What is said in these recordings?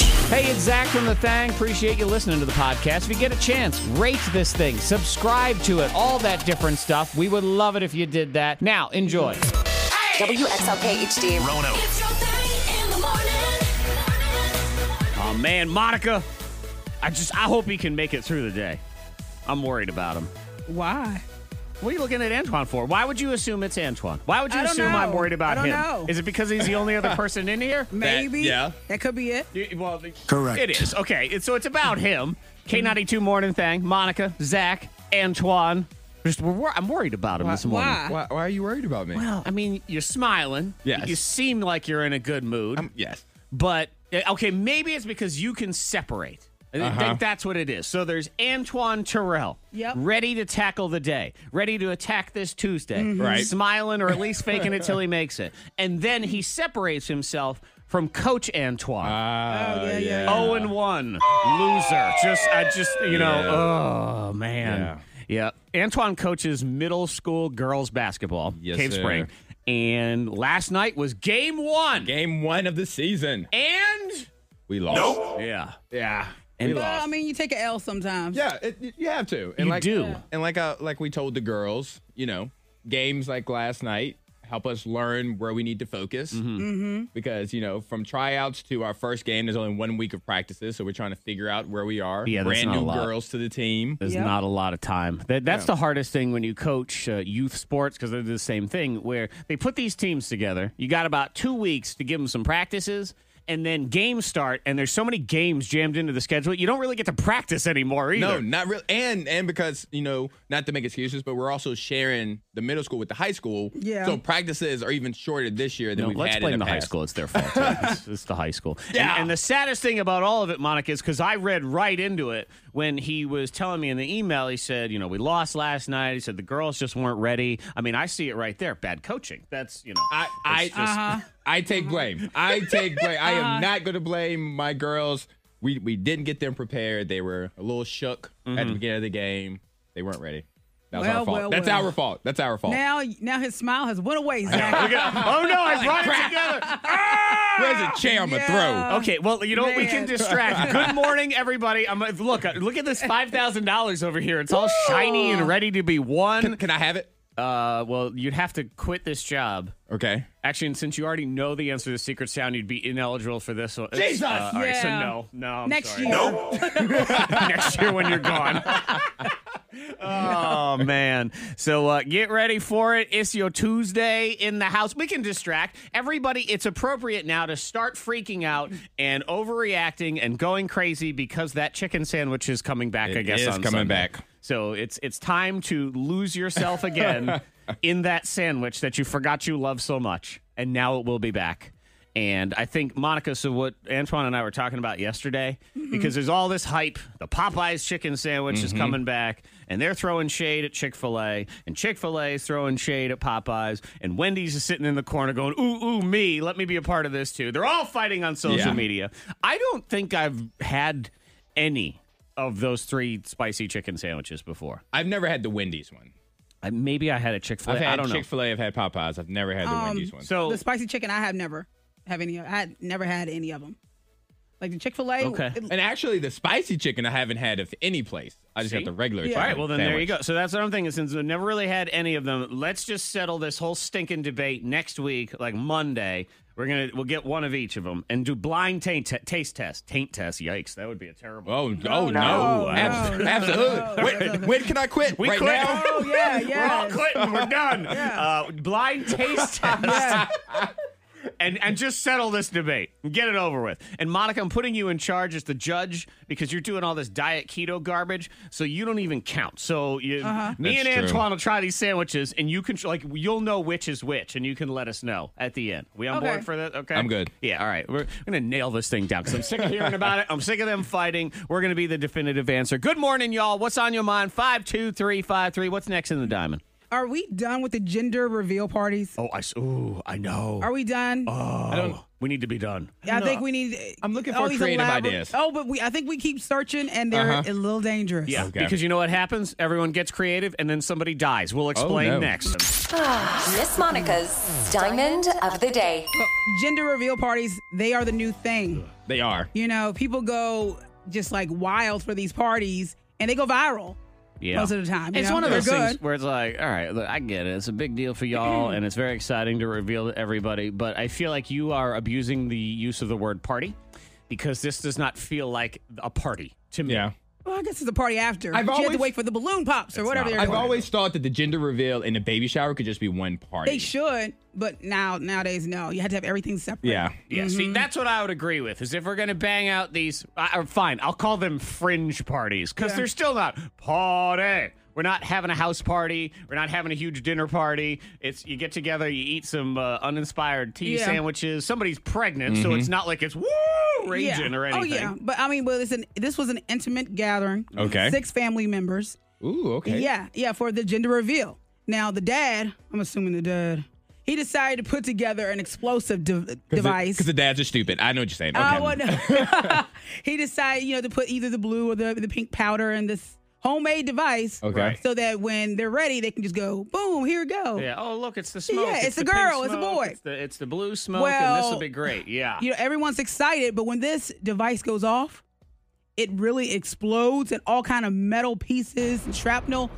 Hey, it's Zach from The Thang. Appreciate you listening to the podcast. If you get a chance, rate this thing, subscribe to it, all that different stuff. We would love it if you did that. Now, enjoy. WXLK HD. Rono. It's your thing in the morning. Oh, man, Monica. I just, I hope he can make it through the day. I'm worried about him. Why? What are you looking at Antoine for? Why would you assume it's Antoine? Why would you I don't assume know. I'm worried about I don't him? know. Is it because he's the only other person in here? Maybe. yeah. That could be it. Y- Well, the- Correct. It is okay. It- So it's about him. K92 Morning Thing. Monica, Zach, Antoine. Just we're, wor- I'm worried about him this morning. Why? Why, why are you worried about me? I mean, you're smiling. Oh. Yes. You seem like you're in a good mood. Um, yes. but eh, okay, maybe it's because you can separate. I think- Uh-huh. think that's what it is. So there's Antoine Terrell, Yep. ready to tackle the day, ready to attack this Tuesday, Mm-hmm. Right. Smiling or at least faking it till he makes it, and then he separates himself from Coach Antoine. Uh, oh, yeah, yeah. Oh and one, loser. Just I just you know. Oh man. Yeah. Antoine coaches middle school girls basketball, Yes, Cave sir. Spring, and last night was game one. Game one of the season. and We lost. Nope. yeah, Yeah. and Well, I mean, you take an L sometimes. Yeah, it, y- you have to. And You like, do. And like uh, like we told the girls, you know, games like last night help us learn where we need to focus. Mm-hmm. Because, you know, from tryouts to our first game, there's only one week of practices. So we're trying to figure out where we are. Yeah, that's Brand not a new lot. girls to the team. There's Yep. not a lot of time. That, that's Yeah. the hardest thing when you coach uh, youth sports because they do the same thing where they put these teams together. You got about two weeks to give them some practices. And then games start, and there's so many games jammed into the schedule. You don't really get to practice anymore either. No, not really. And and because you know, not to make excuses, but we're also sharing the middle school with the high school. Yeah. So practices are even shorter this year than No, we've let's had blame in the, the, high past. school. It's their fault. it's, it's the high school. And- Yeah. And, the saddest thing about all of it, Monica, is because I read right into it when he was telling me in the email. He said, "You know, we lost last night." He said the girls just weren't ready. I mean, I see it right there. Bad coaching. That's you know. I I, Uh-huh. I take blame. I take blame. I am not going to blame my girls. We we didn't get them prepared. They were a little shook Mm-hmm. at the beginning of the game. They weren't ready. That was our Well, fault. well, That's well. our fault. That's our fault. Now, now his smile has went away, Zach. oh no! I brought it together. Where's a chair I'm gonna throw? Oh, Yeah. Okay, well, you know what? We can Man. distract. Good morning, everybody. I'm look. uh, Look at this five thousand dollars over here. It's all shiny and ready to be Can, won. can I have it? Uh, well, you'd have to quit this job. Okay. Actually, and since you already know the answer to the secret sound, you'd be ineligible for this one. Jesus! all right, so Yeah. no, no. I'm Next sorry. year. Next year when you're gone. oh man! So uh, get ready for it. It's your Tuesday in the house. We can distract everybody. It's appropriate now to start freaking out and overreacting and going crazy because that chicken sandwich is coming back. I It guess is on coming Sunday. back. So it's it's time to lose yourself again in that sandwich that you forgot you love so much, and now it will be back. And I think Monica, so what Antoine and I were talking about yesterday, because there's all this hype. The Popeyes chicken sandwich is coming back, and they're throwing shade at Chick fil A, and Chick fil A is throwing shade at Popeyes, and Wendy's is sitting in the corner going, Ooh, ooh, me, let me be a part of this too. They're all fighting on social Yeah. media. I don't think I've had any of those three spicy chicken sandwiches before. I've never had the Wendy's one. I, maybe I had a Chick Fil A. I've I had don't Chick Fil A. I've had Popeyes. I've never Um, had the Wendy's one. know. So the spicy chicken, I have never have any. I had never had any of them. Like the Chick Fil A. Okay. and actually, the spicy chicken I haven't had of any place. I just See? got the regular. Yeah. chicken all right, well then there you sandwich. go. So that's what I'm thinking. Since we've never really had any of them, let's just settle this whole stinking debate next week, like Monday. We're gonna we'll get one of each of them and do blind taint t- taste test, taint test. Yikes, that would be a terrible. Oh, oh no. no, Abs- no, absolutely. no, no, when, when can I quit? We right quit. now? Oh yeah, yeah. We're all quitting. We're done. uh, blind taste test. And, and just settle this debate and get it over with. And Monica, I'm putting you in charge as the judge because you're doing all this diet keto garbage, so you don't even count. So you, Uh-huh. me That's and true. Antoine will try these sandwiches, and you can like you'll know which is which, and you can let us know at the end. We on Okay. board for that? Okay, I'm good. Yeah, all right. We're gonna nail this thing down because I'm sick of hearing about it. I'm sick of them fighting. We're gonna be the definitive answer. Good morning, y'all. What's on your mind? Five two three five three. What's next in the diamond? Are we done with the gender reveal parties? Oh, I s- ooh, I know. Oh, Are we done? I don't, we need to be done. I think we need. Oh, I'm looking all for these creative elabor- ideas. Uh-huh. Oh, but we. I think we keep searching, and they're a little dangerous. Yeah, Okay. because you know what happens? Everyone gets creative and then somebody dies. We'll explain Oh, no. next. Miss Monica's Diamond of the Day. Gender reveal parties, they are the new thing. They are. You know, people go just like wild for these parties and they go viral Yeah. most of the time. you It's know? one of They're those good. things where it's like, all right, look, I get it. It's a big deal for y'all, and it's very exciting to reveal to everybody. But I feel like you are abusing the use of the word party because this does not feel like a party to me. Yeah. Well, I guess it's a party after. I've But you had always- to wait for the balloon pops or not. whatever. they're I've doing. always thought that the gender reveal and the baby shower could just be one party. they should, but now nowadays no. You had to have everything separate. Yeah. Yeah, see, Mm-hmm. that's what I would agree with. Is if we're gonna bang out these, I I- fine, I'll call them fringe parties because they're still not party. We're not having a house party. We're not having a huge dinner party. It's you get together, you eat some uh, uninspired tea Yeah. Mm-hmm. sandwiches. Somebody's pregnant, so it's not like it's woo Yeah. raging or Oh anything. yeah, but I mean, but it's an, this was an intimate gathering. Okay. six family members. Ooh, okay. Yeah, yeah, for the gender reveal. Now the dad, I'm assuming the dad, he decided to put together an explosive de- device. Oh, Because the dads are stupid. I know what you're saying. Okay. I wouldn't- he decided, you know, to put either the blue or the, the pink powder in this homemade device. Okay. Right. So that when they're ready, they can just go, boom, here we go. Yeah. Oh, look, it's the smoke. Yeah, it's a the pink girl, it's a smoke, boy. It's the, it's the blue smoke, and this will Well, be great. Yeah. You know, everyone's excited, but when this device goes off, it really explodes and all kind of metal pieces and shrapnel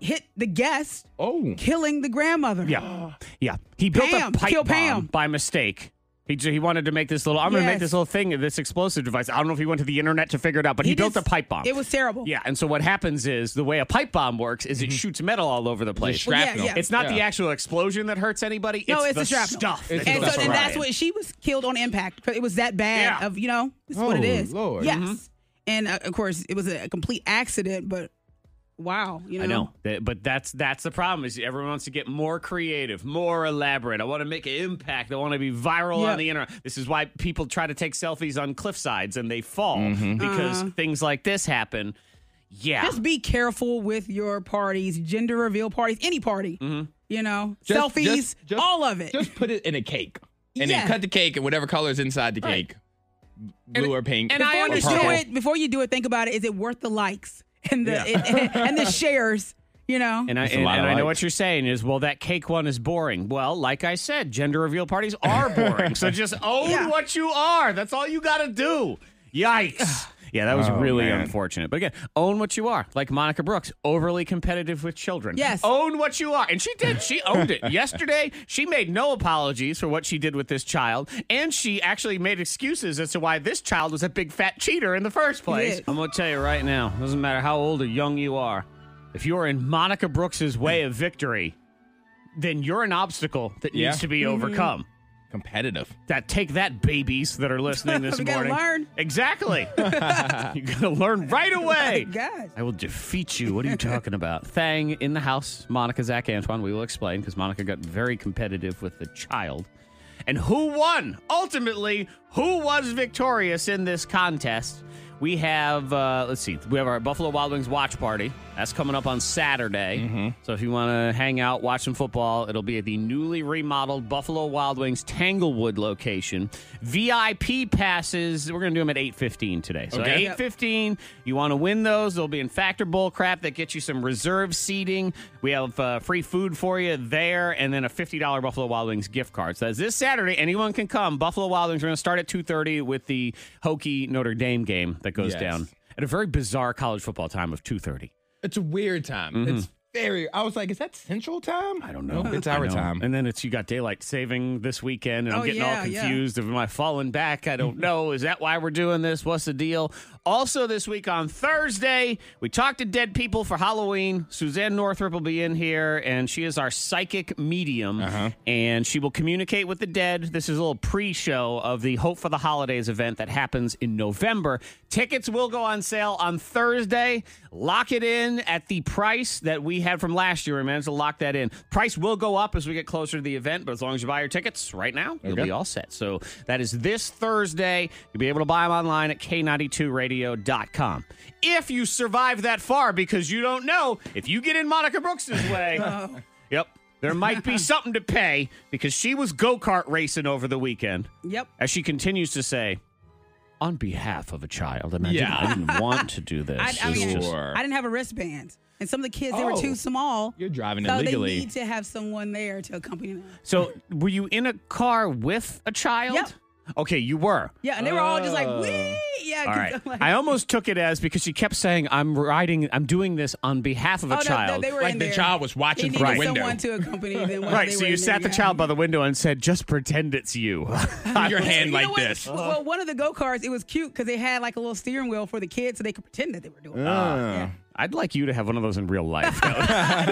hit the guest, Oh. killing the grandmother. Yeah, yeah. He built Pam, a pipe kill bomb Pam. by mistake. He j- he wanted to make this little. I'm going to make Yes. this little thing, this explosive device. I don't know if he went to the internet to figure it out, but he, built just- a pipe bomb. It was terrible. yeah, and so what happens is the way a pipe bomb works is it shoots metal all over the place. Well, yeah, Shrapnel. yeah. It's not the Mm-hmm. Yeah. actual explosion that hurts anybody. No, it's, it's, the, a shrapnel. stuff. It's that and goes stuff so and that's around. what she was killed on impact. 'cause It was that bad Yeah. Mm-hmm. of you know. It's what it Oh, is. Lord. Yes. And uh, of course, it was a complete accident. But wow, you know. I know, Th- but that's that's the problem. Is everyone wants to get more creative, more elaborate. I want to make an impact. I want to be viral on Yep. the internet. This is why people try to take selfies on cliff sides and they fall because things like this happen. Yeah, Just be careful with your parties, gender reveal parties, any party. Mm-hmm. You know, Just- selfies, just- just- all of it. Just put it in a cake. And Yeah. then cut the cake and whatever color is inside the cake. Blue or pink. and I before or you understand- do purple. it, before you do it, think about it. Is it worth the likes and the and the shares? You know. And I It's a and, lot and of I know likes. what you're saying is well that cake one is boring. Well, like I said, gender reveal parties are boring. so just own Yeah. what you are. That's all you got to do. Yikes. Yeah, that was Oh, really man. unfortunate. But again, own what you are. Like Monica Brooks, overly competitive with children. Yes. Own what you are. And she did. She owned it. Yesterday, she made no apologies for what she did with this child. And she actually made excuses as to why this child was a big fat cheater in the first place. did. I'm going to tell you right now, doesn't matter how old or young you are, if you're in Monica Brooks's way of victory, then you're an obstacle that Yeah. needs to be Mm-hmm. overcome. Competitive. That take that babies that are listening this We gotta morning. learn. Exactly. you gotta learn right away. Gosh. I will defeat you. What are you talking about? Thang in the house. Monica, Zach, Antoine. We will explain because Monica got very competitive with the child. And who won? Ultimately, who was victorious in this contest? We have, uh, let's see, we have our Buffalo Wild Wings watch party. That's coming up on Saturday. So if you want to hang out, watch some football, it'll be at the newly remodeled Buffalo Wild Wings Tanglewood location. VIP passes, we're going to do them at 8.15 today. So Okay. 8.15, you want to win those. They'll be in Factor Bowl crap that gets you some reserve seating. We have uh, free food for you there and then a $50 Buffalo Wild Wings gift card. So that's this Saturday. Anyone can come. Buffalo Wild Wings, we're going to start at 2.30 with the Hokie Notre Dame game that goes Yes. down at a very bizarre college football time of 2.30. It's a weird time. It's very. I was like, is that Central Time? I don't know. it's I our know. time. And then it's you got daylight saving this weekend, and I'm Oh, getting all yeah, yeah. confused. Am I falling back? I don't know. Is that why we're doing this? What's the deal? Also, this week on Thursday, we talked to dead people for Halloween. Suzanne Northrup will be in here, and she is our psychic medium, and she will communicate with the dead. This is a little pre-show of the Hope for the Holidays event that happens in November. Tickets will go on sale on Thursday. Lock it in at the price that we had from last year. We managed to lock that in. Price will go up as we get closer to the event, but as long as you buy your tickets right now, you'll Okay. be all set. So that is this Thursday. You'll be able to buy them online at k92radio.com. If you survive that far, because you don't know, if you get in Monica Brooks' way, Oh, yep, there might be something to pay because she was go kart racing over the weekend Yep. as she continues to say, on behalf of a child. I mean, Yeah. I, didn't, I didn't want to do this. I, I It's mean, just- Sure. I didn't have a wristband, and some of the kids they were Oh. too small. You're driving so illegally. They need to have someone there to accompany them. so, were you in a car with a child? Yep. Okay, you were. Yeah, and they were all just like, Oh. "Wee!" Yeah, All right. like, I almost took it as because she kept saying, "I'm riding. I'm doing this on behalf of a oh, no, no, child." they were Like in the there. child was They watching needed from the window. someone to accompany them. while right. they So were you in sat the there, yeah. child by the window and said, "Just pretend it's you." Your hand You know like what? this. Well, one of the go karts, it was cute because they had like a little steering wheel for the kids, so they could pretend that they were doing. it. Um, I'd like you to have one of those in real life. That would,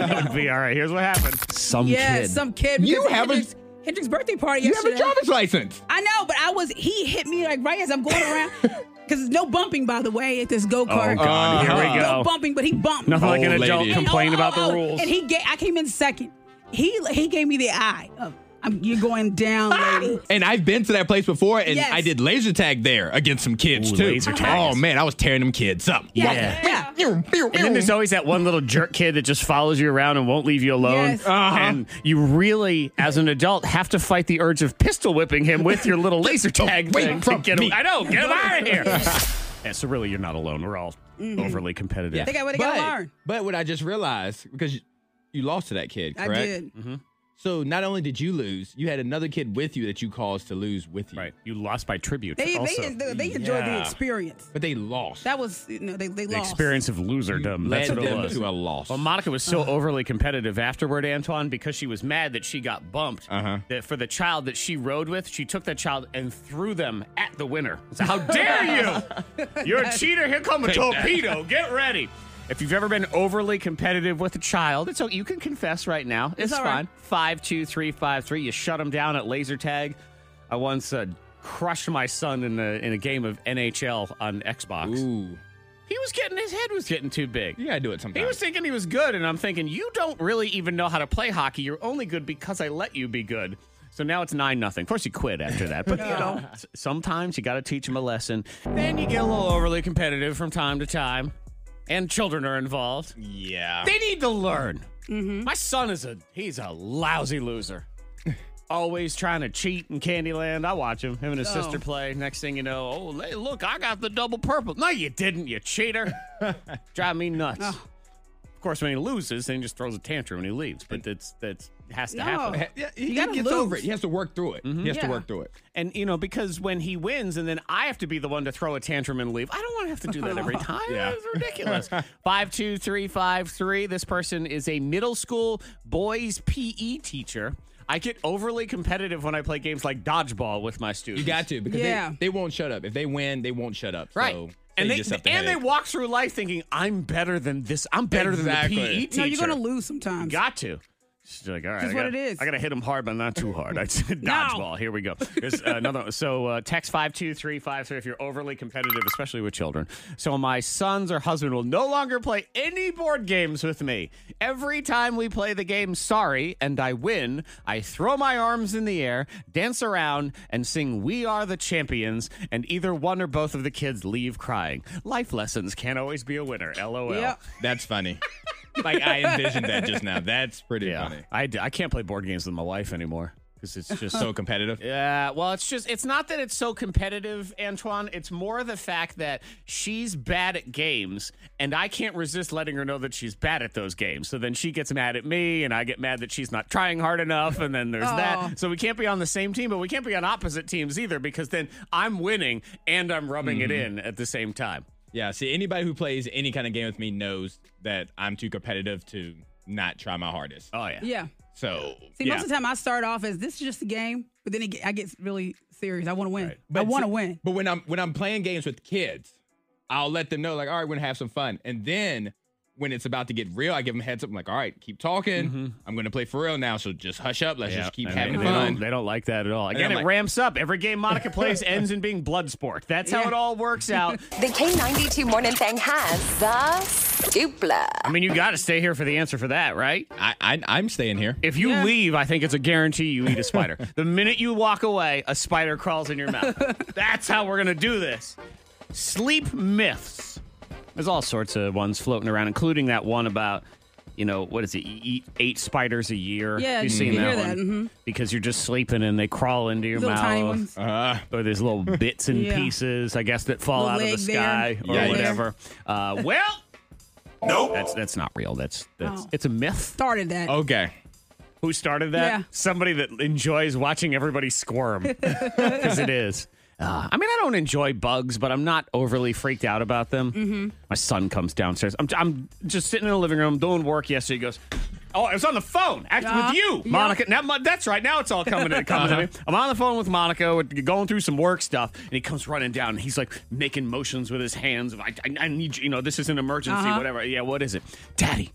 that would be all right. Here's what happened. Some yeah, kid. some kid. You because have a- Hendrix, Hendrix's birthday party. You have a yesterday. driver's license. I know, but I was. He hit me like right as I'm going around because there's no bumping, by the way, at this go oh kart. God. Here we No go. bumping, but he bumped. Nothing like an Old adult lady. And- complain oh, about oh, the oh, rules. And he gave, I came in second. He he gave me the eye. Of, I'm, you're going down, lady. And I've been to that place before, and Yes. I did laser tag there against some kids Ooh, too. laser tag oh is- man, I was tearing them kids up. Yeah. Wow. Pew, pew, And then pew. there's always that one little jerk kid that just follows you around and won't leave you alone. Yes. Uh-huh. And you really, as an adult, have to fight the urge of pistol whipping him with your little laser tag away thing to from get me. him. I know, get him out of here. yeah, so really, you're not alone. We're all overly competitive. They got what they got to But, learn. but what I just realized because you- you lost to that kid, I correct? did. Mm-hmm. So not only did you lose, you had another kid with you that you caused to lose with you. Right, you lost by tribute. They also. they, they, they enjoyed the Yeah. experience. But they lost. That was you know, they they The lost. experience of loserdom. That's what Mm-hmm. led it them was. to a loss. Well, Monica was so overly competitive afterward, Antoine, because she was mad that she got bumped. Uh-huh. That for the child that she rode with, she took that child and threw them at the winner. So how dare you? You're a cheater. Here come a torpedo. Get ready. If you've ever been overly competitive with a child, it's okay. You can confess right now. It's, all fine. right. Five, two, three, five, three. You shut them down at laser tag. I once uh, crushed my son in a in a game of NHL on Xbox. Ooh, He was getting his head was getting too big. you gotta do it He sometime. was thinking he was good, and I'm thinking, you don't really even know how to play hockey. You're only good because I let you be good. So now it's 9 nothing. Of course, he quit after that. But, you know, s- sometimes you got to teach him a lesson. Then you get a little overly competitive from time to time, and children are involved. yeah. They need to learn. Mm-hmm. My son is a he's a lousy loser. Always trying to cheat in Candyland. I watch him, him and his Oh. sister play. Next thing you know, oh hey, look, I got the double purple. No, you didn't, you cheater. Drive me nuts. Oh. Of course, when he loses, then he just throws a tantrum and he leaves. But that's that's has to No. happen. Yeah, he, You gotta gets lose. over it. He has to work through it. He has to Yeah. work through it. And you know, because when he wins, and then I have to be the one to throw a tantrum and leave. I don't want to have to do that every time. Yeah. It's ridiculous. five two three five three. This person is a middle school boys PE teacher. I get overly competitive when I play games like dodgeball with my students. You got to because Yeah. they, they won't shut up. If they win, they won't shut up. right. So and they just have to and they headache. walk through life thinking I'm better than this. I'm better Exactly. than the PE teacher. No, you're gonna lose sometimes. Got to. She's like, all right, Just I what gotta- it is. I gotta hit him hard, but not too hard. I said, dodgeball. Here we go. Here's another. So uh, text five two three five three if you're overly competitive, especially with children. So my sons or husband will no longer play any board games with me. Every time we play the game, sorry, and I win, I throw my arms in the air, dance around, and sing "We Are the Champions." And either one or both of the kids leave crying. Life lessons can't always be a winner. LOL. Yep. That's funny. like I envisioned that just now. That's pretty funny. I, d- I can't play board games with my wife anymore because it's just so. So competitive. Yeah, well, it's just, it's not that it's so competitive, Antoine. It's more the fact that she's bad at games, and I can't resist letting her know that she's bad at those games. So then she gets mad at me, and I get mad that she's not trying hard enough, and then there's Aw. that. So we can't be on the same team, but we can't be on opposite teams either because then I'm winning and I'm rubbing it in at the same time. Yeah. See, anybody who plays any kind of game with me knows that I'm too competitive to not try my hardest. Oh, yeah. Yeah. So See, yeah. most of the time I start off as this is just a game, but then it, get- I get really serious. I want to win. I want to see- win. But when I'm when I'm playing games with kids, I'll let them know like, all right, we're gonna have some fun. And then when it's about to get real, I give them heads up. I'm like, all right, keep talking. I'm gonna play for real now, so just hush up. Let's just keep Mm-hmm. and they, having they fun. don't, they don't like that at all. Again, I'm it like- ramps up. Every game Monica plays ends in being blood sport. That's how Yeah. it all works out. The K92 Morning Thing has the dupla. I mean, you got to stay here for the answer for that, right? I, I I'm staying here. If you leave, I think it's a guarantee you eat a spider. the minute you walk away, a spider crawls in your mouth. That's how we're going to do this. Sleep myths. There's all sorts of ones floating around, including that one about, you know, what is it? You eat eight spiders a year. Yeah, you've you seen hear that one that, mhm. because you're just sleeping and they crawl into your Little mouth. tiny ones. Uh-huh. or there's little bits and Yeah. pieces, I guess, that fall out of Little the leg there. sky or Yikes. whatever. Uh, well, no, that's that's not real. That's that's Oh. it's a myth. Started that. Okay. who started that? Yeah. Somebody that enjoys watching everybody squirm. Because it is. Ah, I mean, I don't enjoy bugs, but I'm not overly freaked out about them. Mm-hmm. My son comes downstairs. I'm, I'm just sitting in the living room doing work yesterday. He goes, Oh, I was on the phone act- Yeah. with you, Yeah. Monica. Now, my, that's right. Now it's all coming to coming Uh-huh. to me. I'm on the phone with Monica. We're going through some work stuff, and he comes running down. And he's like making motions with his hands. Of, I, I, I need you. You know, this is an emergency. Uh-huh. Whatever. Yeah. What is it, Daddy?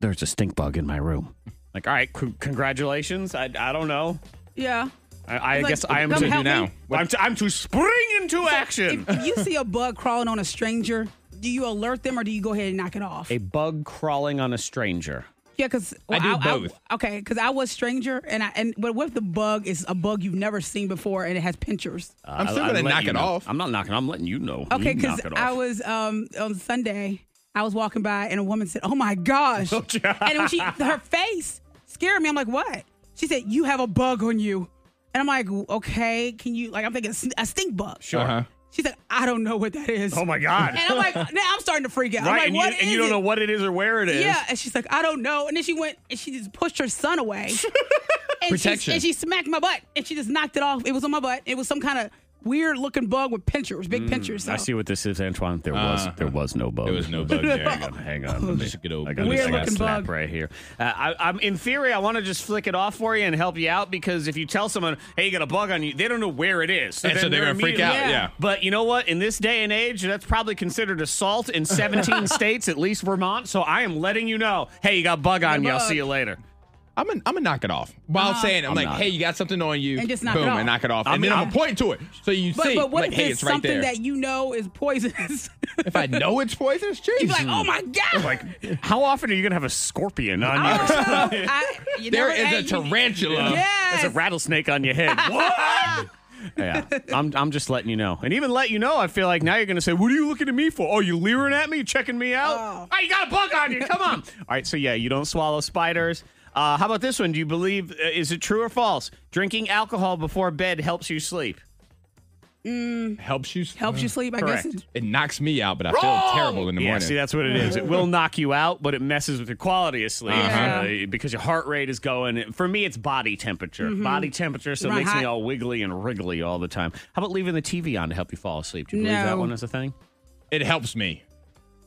There's a stink bug in my room. Like, all right, c- congratulations. I, I don't know. Yeah. I, I Like, guess I am come to help me. now? I'm to, I'm to spring into action. If you see a bug crawling on a stranger, do you alert them or do you go ahead and knock it off? a bug crawling on a stranger. Yeah, because I do both. okay, because I was stranger, and I and but what if the bug is a bug you've never seen before, and it has pinchers? I'm still I- I'm gonna letting knock you it know. off. I'm not knocking. I'm letting Uh, you know. Okay, You because knock it off. I was um on Sunday, I was walking by, and a woman said, "Oh my gosh!" and when she her face scared me. I'm like, "What?" She said, "You have a bug on you," and I'm like, "Okay, can you like?" I'm thinking a stink bug. sure. Uh-huh. She said, "I don't know what that is." Oh my god. And I'm like, now I'm starting to freak out. right, I'm like, and, "What you, and is you don't it?" know what it is or where it is. Yeah, and she's like, I don't know. And then she went and she just pushed her son away. and She, Protection. and she smacked my butt and she just knocked it off. It was on my butt. It was some kind of weird looking bug with pinchers, big pinchers. So. I see what this is, Antoine. There was there was no bug. Uh-huh. There was no bug. There you go. Hang on, let me, Just a good old I got Weird this looking slap bug. right here. Uh, I, I'm in theory, I want to just flick it off for you and help you out because if you tell someone, "Hey, you got a bug on you," they don't know where it is, And so then they're gonna freak out. immediately- Yeah. Yeah. But you know what? In this day and age, that's probably considered assault in 17 states, at least Vermont. So I am letting you know. Hey, you got bug on you. I'll bug. see you later. I'm gonna I'm gonna knock it off while saying it. I'm, like, not. hey, you got something on you, Uh-huh. And just knock it boom, off. and knock it off, I'm and then not- I'm gonna point to it so you but, see. but what like, if hey, it's it's right something there. that you know is poisonous? if I know it's poisonous, jeez. You'd be like, oh my God. Like, how often are you gonna have a scorpion on you? I don't know. I, you there never- hey, is a you- tarantula. Yes. There's a rattlesnake on your head. what? Yeah, I'm, I'm just letting you know. And even let you know, I feel like now you're going to say, What are you looking at me for? Oh, you leering at me? You checking me out? Oh, you got a bug on you. Come on. All right, so yeah, you don't swallow spiders. Uh, how about this one? Do you believe, uh, is it true or false? Drinking alcohol before bed helps you sleep. Helps you. Helps you sleep, I guess. Correct. It knocks me out, but I Wrong! feel terrible in the yeah, morning. see, that's what it is. It will knock you out, but it messes with your quality of sleep Uh-huh. uh, because your heart rate is going. For me, it's body temperature. Body temperature, so it Mm-hmm. Right, makes me hot. all wiggly and wriggly all the time. How about leaving the TV on to help you fall asleep? Do you believe No. that one is a thing? it helps me.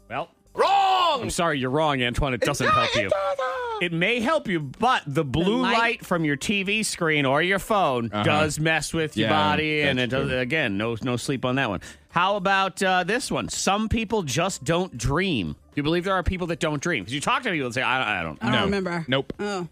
Well, wrong. I'm sorry, you're wrong, Antoine. It Ah. doesn't help you. It may help you, but the blue light. light- from your TV screen or your phone does mess with your Uh-huh. Yeah, body, and it that's does, true. again, no no sleep on that one. How about uh, this one? Some people just don't dream. Do you believe there are people that don't dream? Because you talk to people and say, "I, I don't." I know. don't No. remember. Nope. Oh.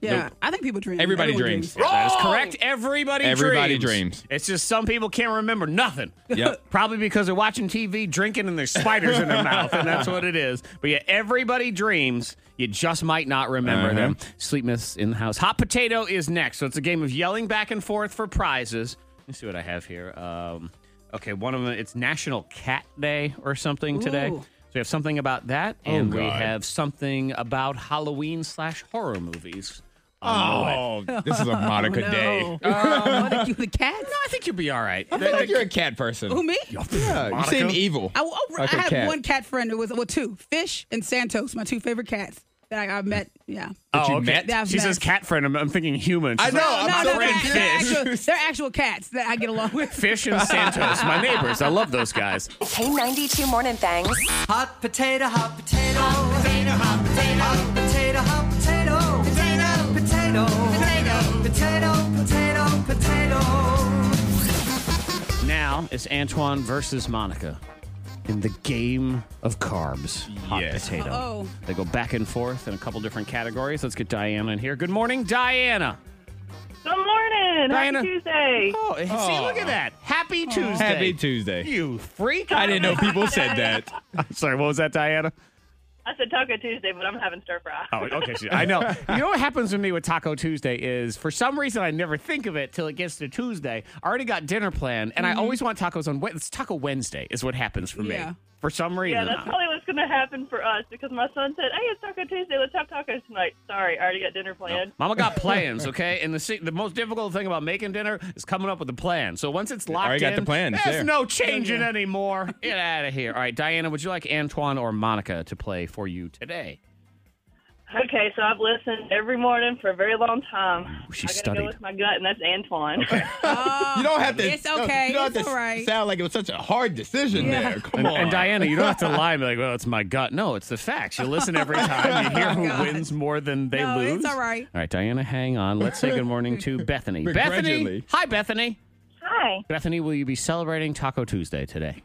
Yeah. Nope. I think people dream. Everybody Everyone dreams. That is correct. Everybody, Everybody dreams. dreams. It's just some people can't remember nothing. Yep. Probably because they're watching TV, drinking, and there's spiders in their mouth, and that's what it is. But yeah, everybody dreams. You just might not remember Uh-huh. them. Sleep myths in the house. Hot potato is next. So it's a game of yelling back and forth for prizes. Let me see what I have here. Um, okay, one of them. It's National Cat Day or something today. Ooh. So we have something about that, and we Oh, God. have something about Halloween slash horror movies. Oh, this is a Monica Oh, No. day. Uh, what, you the cats? I think you'll be all right. Oh, I feel like you're a cat person. Who me? Yeah, you seem evil. I, oh, Like a I had cat. one cat friend. It was well, two fish and Santos, my two favorite cats that I, I met. Yeah. That you okay. met? That I've She met. says cat friend. I'm, I'm thinking human. Oh, I She's know, like, I'm no, so no, they're, confused. they're actual, they're actual cats that I get along with. Fish and Santos, my neighbors. I love those guys. K92 Morning Thangs. Hot potato, hot potato, hot potato, hot potato, hot potato, hot potato, potato, potato, potato, potato, potato. Now it's Antoine versus Monica in the game of carbs. Hot Yes. potato. Uh-oh. They go back and forth in a couple different categories. Let's get Diana in here. Good morning, Diana. Good morning. Diana. Happy Tuesday. Oh, see, look at that. Happy Tuesday. Happy Tuesday. You freak. I didn't know people said that. I'm sorry, what was that, Diana? I said Taco Tuesday, but I'm having stir fry. Oh, okay. shit. I know. You know what happens with me with Taco Tuesday is for some reason I never think of it till it gets to Tuesday. I already got dinner planned, and I always want tacos on Wednesday. It's Taco Wednesday is what happens for Yeah. me. For some reason. Mm-hmm. Yeah, that's probably what's going to happen for us because my son said, "Hey, it's Taco Tuesday. Let's have tacos tonight." Sorry, I already got dinner planned. Mama got plans, okay? And the se- the most difficult thing about making dinner is coming up with a plan. So once it's locked already got in, the plan. It's there's there. no changing anymore. Get out of here. All right, Diana, would you like Antoine or Monica to play for you today? Okay, so I've listened every morning for a very long time. She I gotta studied. go with my gut, and that's Antoine. You don't have to. Oh, It's no, okay. You don't have It's to all right. sound like it was such a hard decision Yeah. there. Come And, on. and Diana, you don't have to lie and be like, well, it's my gut. No, it's the facts. You listen every time. You hear who wins more than they No, lose. it's all right. All right, Diana, hang on. Let's say good morning to Bethany. Bethany. Begrudgingly. Hi, Bethany. Hi. Bethany, will you be celebrating Taco Tuesday today?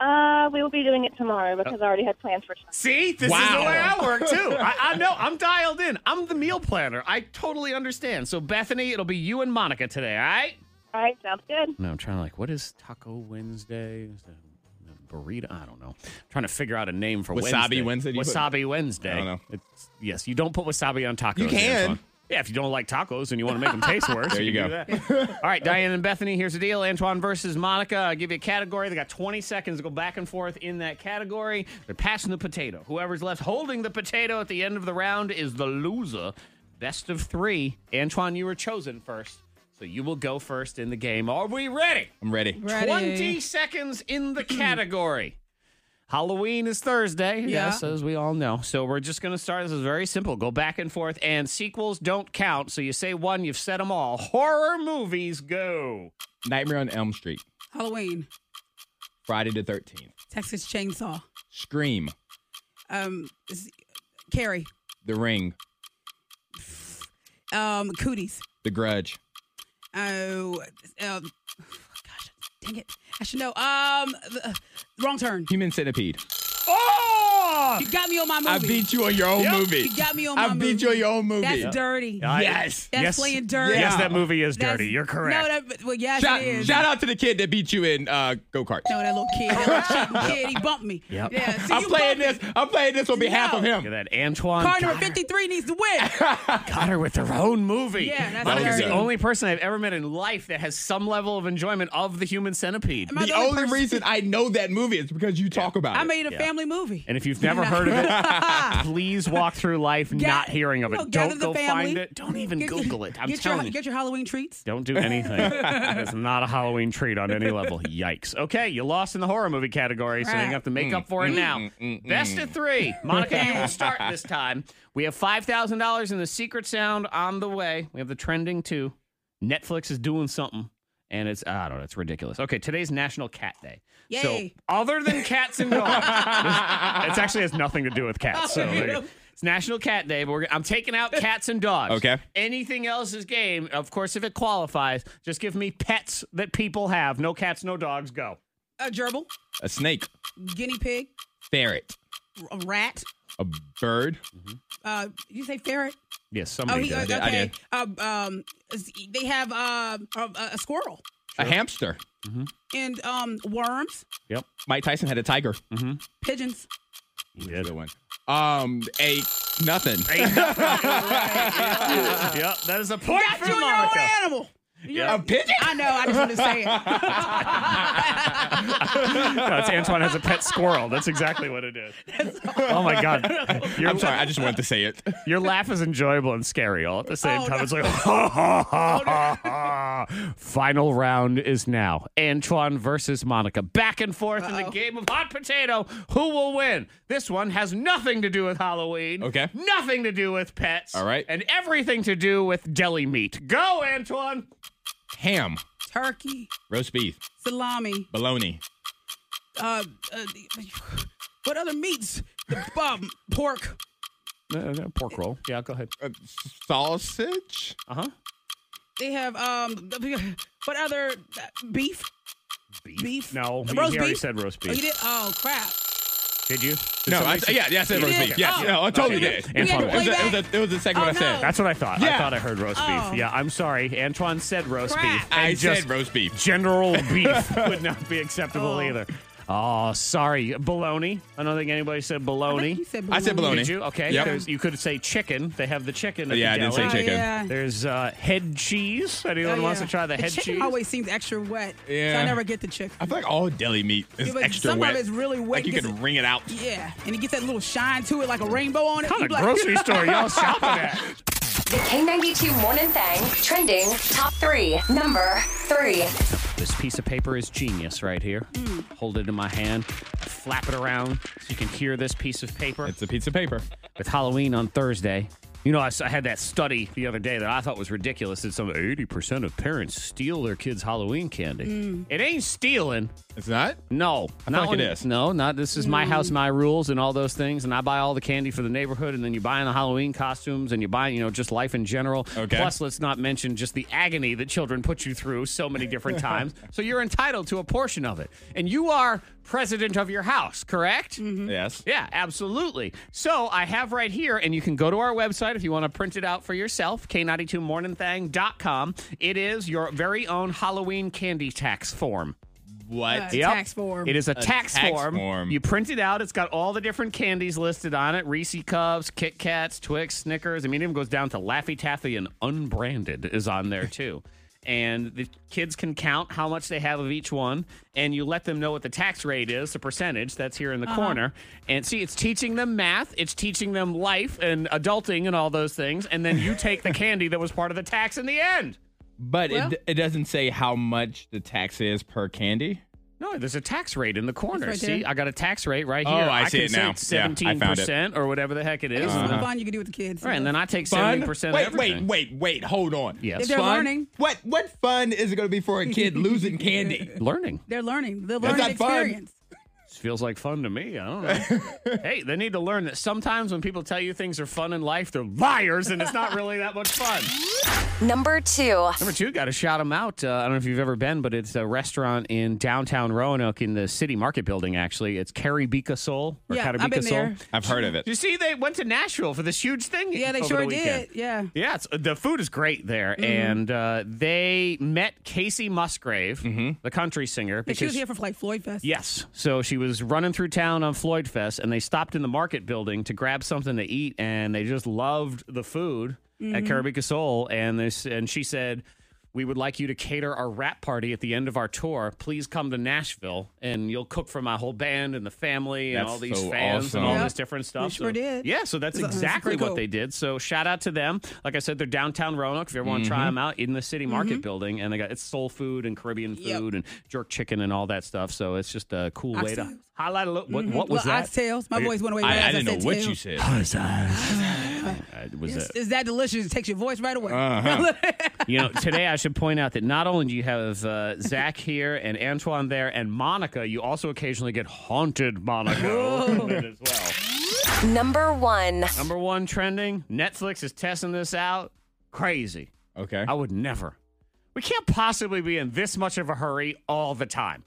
Uh, we will be doing it tomorrow Uh, because I already had plans for tomorrow. See, this is the Wow. way I work too. I, I know I'm dialed in. I'm the meal planner. I totally understand. So, Bethany, it'll be you and Monica today, all right? All right, sounds good. No, I'm trying to like, what is Taco Wednesday? Is that a burrito? I don't know. I'm trying to figure out a name for Wasabi Wednesday, do you put- Wasabi Wednesday. I don't know. It's, yes, you don't put wasabi on tacos. You can. Antoine. Yeah, if you don't like tacos and you want to make them taste worse, There you can do that. All right, Diane and Bethany, here's the deal. Antoine versus Monica. I'll give you a category. They got 20 seconds to go back and forth in that category. They're passing the potato. Whoever's left holding the potato at the end of the round is the loser. Best of three. Antoine, you were chosen first, so you will go first in the game. Are we ready? I'm ready. Ready. 20 seconds in the category. Halloween is Thursday, Yeah. yes, as we all know. So we're just going to start. This is very simple. Go back and forth, and sequels don't count. So you say one, you've said them all. Horror movies go. Nightmare on Elm Street, Halloween, Friday the 13th. Texas Chainsaw, Scream, um, is- Carrie, The Ring, um, Cooties. The Grudge, Oh, um, gosh, dang it! I should know. Um, uh, wrong turn. Human Centipede. Oh! You got me on my movie. I beat you on your own movie. You got me on I my beat movie. you on your own movie. That's dirty. Yes. That's playing dirty. Yes, that movie is That's- dirty. You're correct. No, that, well, yes, it Shout, is. shout out to the kid that beat you in uh, go kart. No, that little kid, that little kid, he bumped me. Yep. Yeah, see, I'm you playing bumped me. this. I'm playing this on behalf of Look him. at that. Antoine Car number got her- 53 needs to win. got her with her own movie. Yeah, that's Monica's dirty. the only person I've ever met in life that has some level of enjoyment of the human centipede. Am I The only person- reason I know that movie is because you talk about I it. made a Yeah. family movie. And if you've never heard of it, please walk through life Ga- not hearing of it. no, gather Don't the go family. find it. Don't even Get- Google it. I'm get telling your, you. Get your Halloween treats. Don't do anything. That's not a Halloween treat on any level. Yikes. Okay, you lost in the horror movie category, so you Crap. have to make up for it now. Best of three. Monica, you will start this time. We have $5,000 in the secret sound on the way. We have the trending too. Netflix is doing something. And it's, I don't know, it's ridiculous. Okay, today's National Cat Day. Yay. So, other than cats and dogs, it actually has nothing to do with cats. So, there you go. it's National Cat Day, but we're, I'm taking out cats and dogs. Okay. Anything else is game. Of course, if it qualifies, just give me pets that people have. No cats, no dogs. Go. A gerbil, a snake, guinea pig, ferret, a rat. a bird, Uh, you say ferret? Yes, Oh, somebody he, does. okay. I did. Um, um, they have uh, a, a squirrel a hamster. and um, worms, Yep. Mike Tyson had a tiger. pigeons. He did. Good one. Um, a nothing. yep, that is a point Got for you your own Monica. animal. A pigeon. I know. I just want to say it. Oh, No, it's Antoine has a pet squirrel. That's exactly what it is. oh my god. Your, I'm sorry. I just wanted to say it. your laugh is enjoyable and scary all at the same Oh, time. no. Oh, It's like ha ha ha ha. ha. Final round is now. Antoine versus Monica. Back and forth in the game of hot potato. Who will win? This one has nothing to do with Halloween. Okay. Nothing to do with pets. All right. And everything to do with deli meat. Go, Antoine. Ham, Turkey, roast beef, salami. bologna, Uh, uh, what other meats? Um, pork. pork roll. Yeah, go ahead. uh, sausage, Uh-huh. They have um, what other uh, beef? Beef. Beef? No, Uh, he roast already beef? said roast Oh, beef. you did? Oh crap! Did you? Did No, I, somebody say- yeah, yeah, I said You roast did? beef. Yeah, Oh. no, I totally Okay. did. We had to It was, play a, it, was back? a, it was the second Oh, one I said. no. That's what I thought. I Yeah. thought I heard roast Oh. beef. Yeah, I'm sorry. Antoine said roast Crap. beef. I and said roast beef. General beef would not be acceptable Oh. either. Oh, sorry. Bologna. I don't think anybody said bologna. You said I said bologna. bologna. Did you? Okay. Yep. There's, you could say chicken. They have the chicken. At Yeah, I the didn't say deli. Oh, chicken. yeah. There's uh, head cheese. Anyone Oh, wants yeah. to try the, head chicken cheese? always seems extra wet. So I Yeah. never get the chicken. I feel like all deli meat is Yeah, but extra some of wet. it's really wet. Like you Gets can it- wring it out. Yeah, and it gets that little shine to it, like a rainbow on it. What kind You be of like, grocery store y'all shopping at? The K92 Morning Thang trending top three. Number three. This piece of paper is genius right here. Hold it in my hand, flap it around so you can hear this piece of paper. It's a piece of paper. with Halloween on Thursday. You know, I, s- I had that study the other day that I thought was ridiculous. That some eighty percent of parents steal their kids' Halloween candy. It ain't stealing. It's not? No, not like it when- is. Mm. No, not this is my house, my rules, and all those things. And I buy all the candy for the neighborhood, and then you buy in the Halloween costumes, and you buy, you know, just life in general. Okay. Plus, let's not mention just the agony that children put you through so many different times. So you're entitled to a portion of it, and you are president of your house, correct? Mm-hmm. Mm-hmm. Yes. Yeah, absolutely. So I have right here, and you can go to our website if you want to print it out for yourself, k92morningthang.com. It is your very own Halloween candy tax form. What? Yeah. tax form. It is a, tax, tax form. form. You print it out. It's got all the different candies listed on it: Reese Cups, Kit Kats, Twix, Snickers. I mean, it even goes down to Laffy Taffy and unbranded is on there too. And the kids can count how much they have of each one, and you let them know what the tax rate is, the percentage that's here in Uh-huh. the corner. And see, it's teaching them math, it's teaching them life and adulting and all those things. And then you take the candy that was part of the tax in the end. But it, it doesn't say how much the tax is per candy. No, there's a tax rate in the corner. right see, there. I got a tax rate right Oh, here. I see can it say now. it's Yeah, I 17% found it. or whatever the heck it is. It's All Uh-huh. some fun you can do with the kids. right, and then I take 70% Wait, of everything. wait, wait, wait. Hold on. Yes. If they're Fun? learning. What what fun is it going to be for a kid losing candy? Learning. They're learning. They're That's learning not fun. experience. This feels like fun to me. I don't know. hey, they need to learn that sometimes when people tell you things are fun in life, they're liars and it's not really that much fun. Number two. Number two, got to shout them out. Uh, I don't know if you've ever been, but it's a restaurant in downtown Roanoke in the city market building, actually. It's Caribika Soul or Yeah, I've been Caribika Soul. there. I've heard of it. You see, they went to Nashville for this huge thing. Yeah, they over sure the weekend. did. Yeah. Yeah, it's, the food is great there, Mm-hmm. and uh, they met Casey Musgrave, the country singer. But Mm-hmm. she was here for like Floyd Fest. yes, so she was running through town on Floyd Fest, and they stopped in the market building to grab something to eat, and they just loved the food Mm-hmm. at Carabika Soul, and this, and she said. We would like you to cater our rap party at the end of our tour. Please come to Nashville, and you'll cook for my whole band and the family and That's all these so fans awesome. and all Yeah. this different stuff. sure So- did. Yeah, so that's That's- that's exactly pretty what cool. they did. So shout out to them. Like I said, they're downtown Roanoke. If you ever want to try them out in the city market building, and they got it's soul food and Caribbean Yep. food and jerk chicken and all that stuff. So it's just a cool way to Oxtails. highlight a little. What, what was Little that? Oxtails. My voice went away. right I, I as didn't said know what tail. you said. Uh, was It's, it? it's that delicious. It takes your voice right away. Uh, Uh-huh. You know, today I should point out that not only do you have uh, Zach here and Antoine there and Monica, you also occasionally get haunted Monica with it as well. Number one. Number one trending. Netflix is testing this out. Crazy. Okay. I would never. We can't possibly be in this much of a hurry all the time.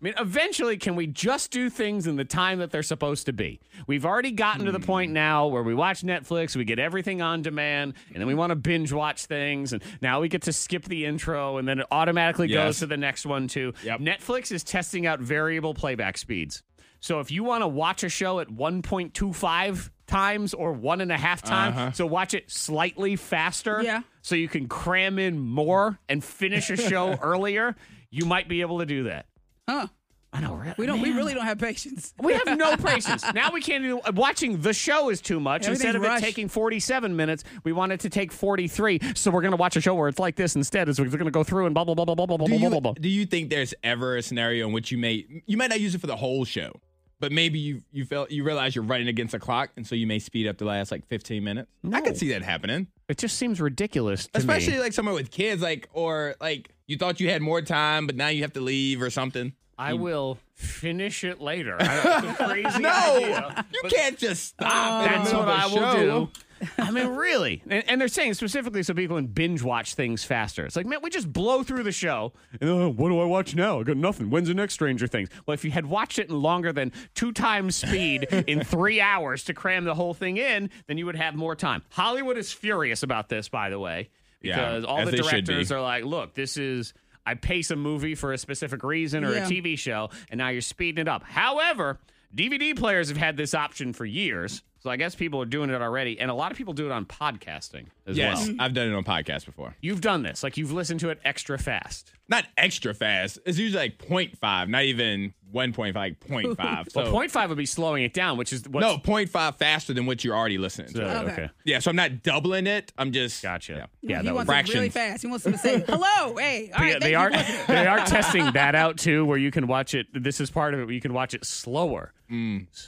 I mean, eventually, can we just do things in the time that they're supposed to be? We've already gotten to the Hmm. point now where we watch Netflix, we get everything on demand, and then we want to binge watch things. And now we get to skip the intro, and then it automatically goes Yes. to the next one, too. Yep. Netflix is testing out variable playback speeds. So if you want to watch a show at 1.25 times or one and a half times, so watch it slightly faster Yeah. so you can cram in more and finish a show earlier, you might be able to do that. Huh. I know, really. We don't. We really don't have patience. We have no patience. Now we can't even. Watching the show is too much. Instead Everything's of rushed. it taking 47 minutes, we want it to take 43. So we're going to watch a show where it's like this instead, as we're going to go through and blah, blah, blah, blah, blah, blah, do blah, blah, you, blah. do you think there's ever a scenario in which you may you might not use it for the whole show, but maybe you you feel you realize you're running against a clock, and so you may speed up the last like 15 minutes? I could see that happening, It just seems ridiculous to especially me. like somewhere with kids, like or like you thought you had more time, but now you have to leave or something. I will finish it later. I don't- crazy idea. No, you can't just stop. in the That's middle what I of a will show. do. I mean, really. And, and they're saying specifically so people can binge watch things faster. It's like, man, we just blow through the show. And uh, what do I watch now? I got nothing. When's the next Stranger Things? Well, if you had watched it in longer than two times speed in three hours to cram the whole thing in, then you would have more time. Hollywood is furious about this, by the way, Yeah, because all as the they should be. directors are like, look, this is. I pace a movie for a specific reason or Yeah. a TV show, and now you're speeding it up. However, DVD players have had this option for years. So I guess people are doing it already. And a lot of people do it on podcasting as Yes, well. Mm-hmm. I've done it on podcasts before. You've done this. Like you've listened to it extra fast. Not extra fast. It's usually like 0.5, not even 1.5, like 0.5. So, Well, point five would be slowing it down, which is what's no, 0.5 faster than what you're already listening to. Uh, Okay. okay. Yeah, so I'm not doubling it. I'm just Gotcha. Yeah, that he would wants work. it really Fractions. fast. He wants them to say hello. Hey, all But yeah, right. they are thank you. they are testing that out too, where you can watch Mm. it. This is part of it. Where you can watch it slower.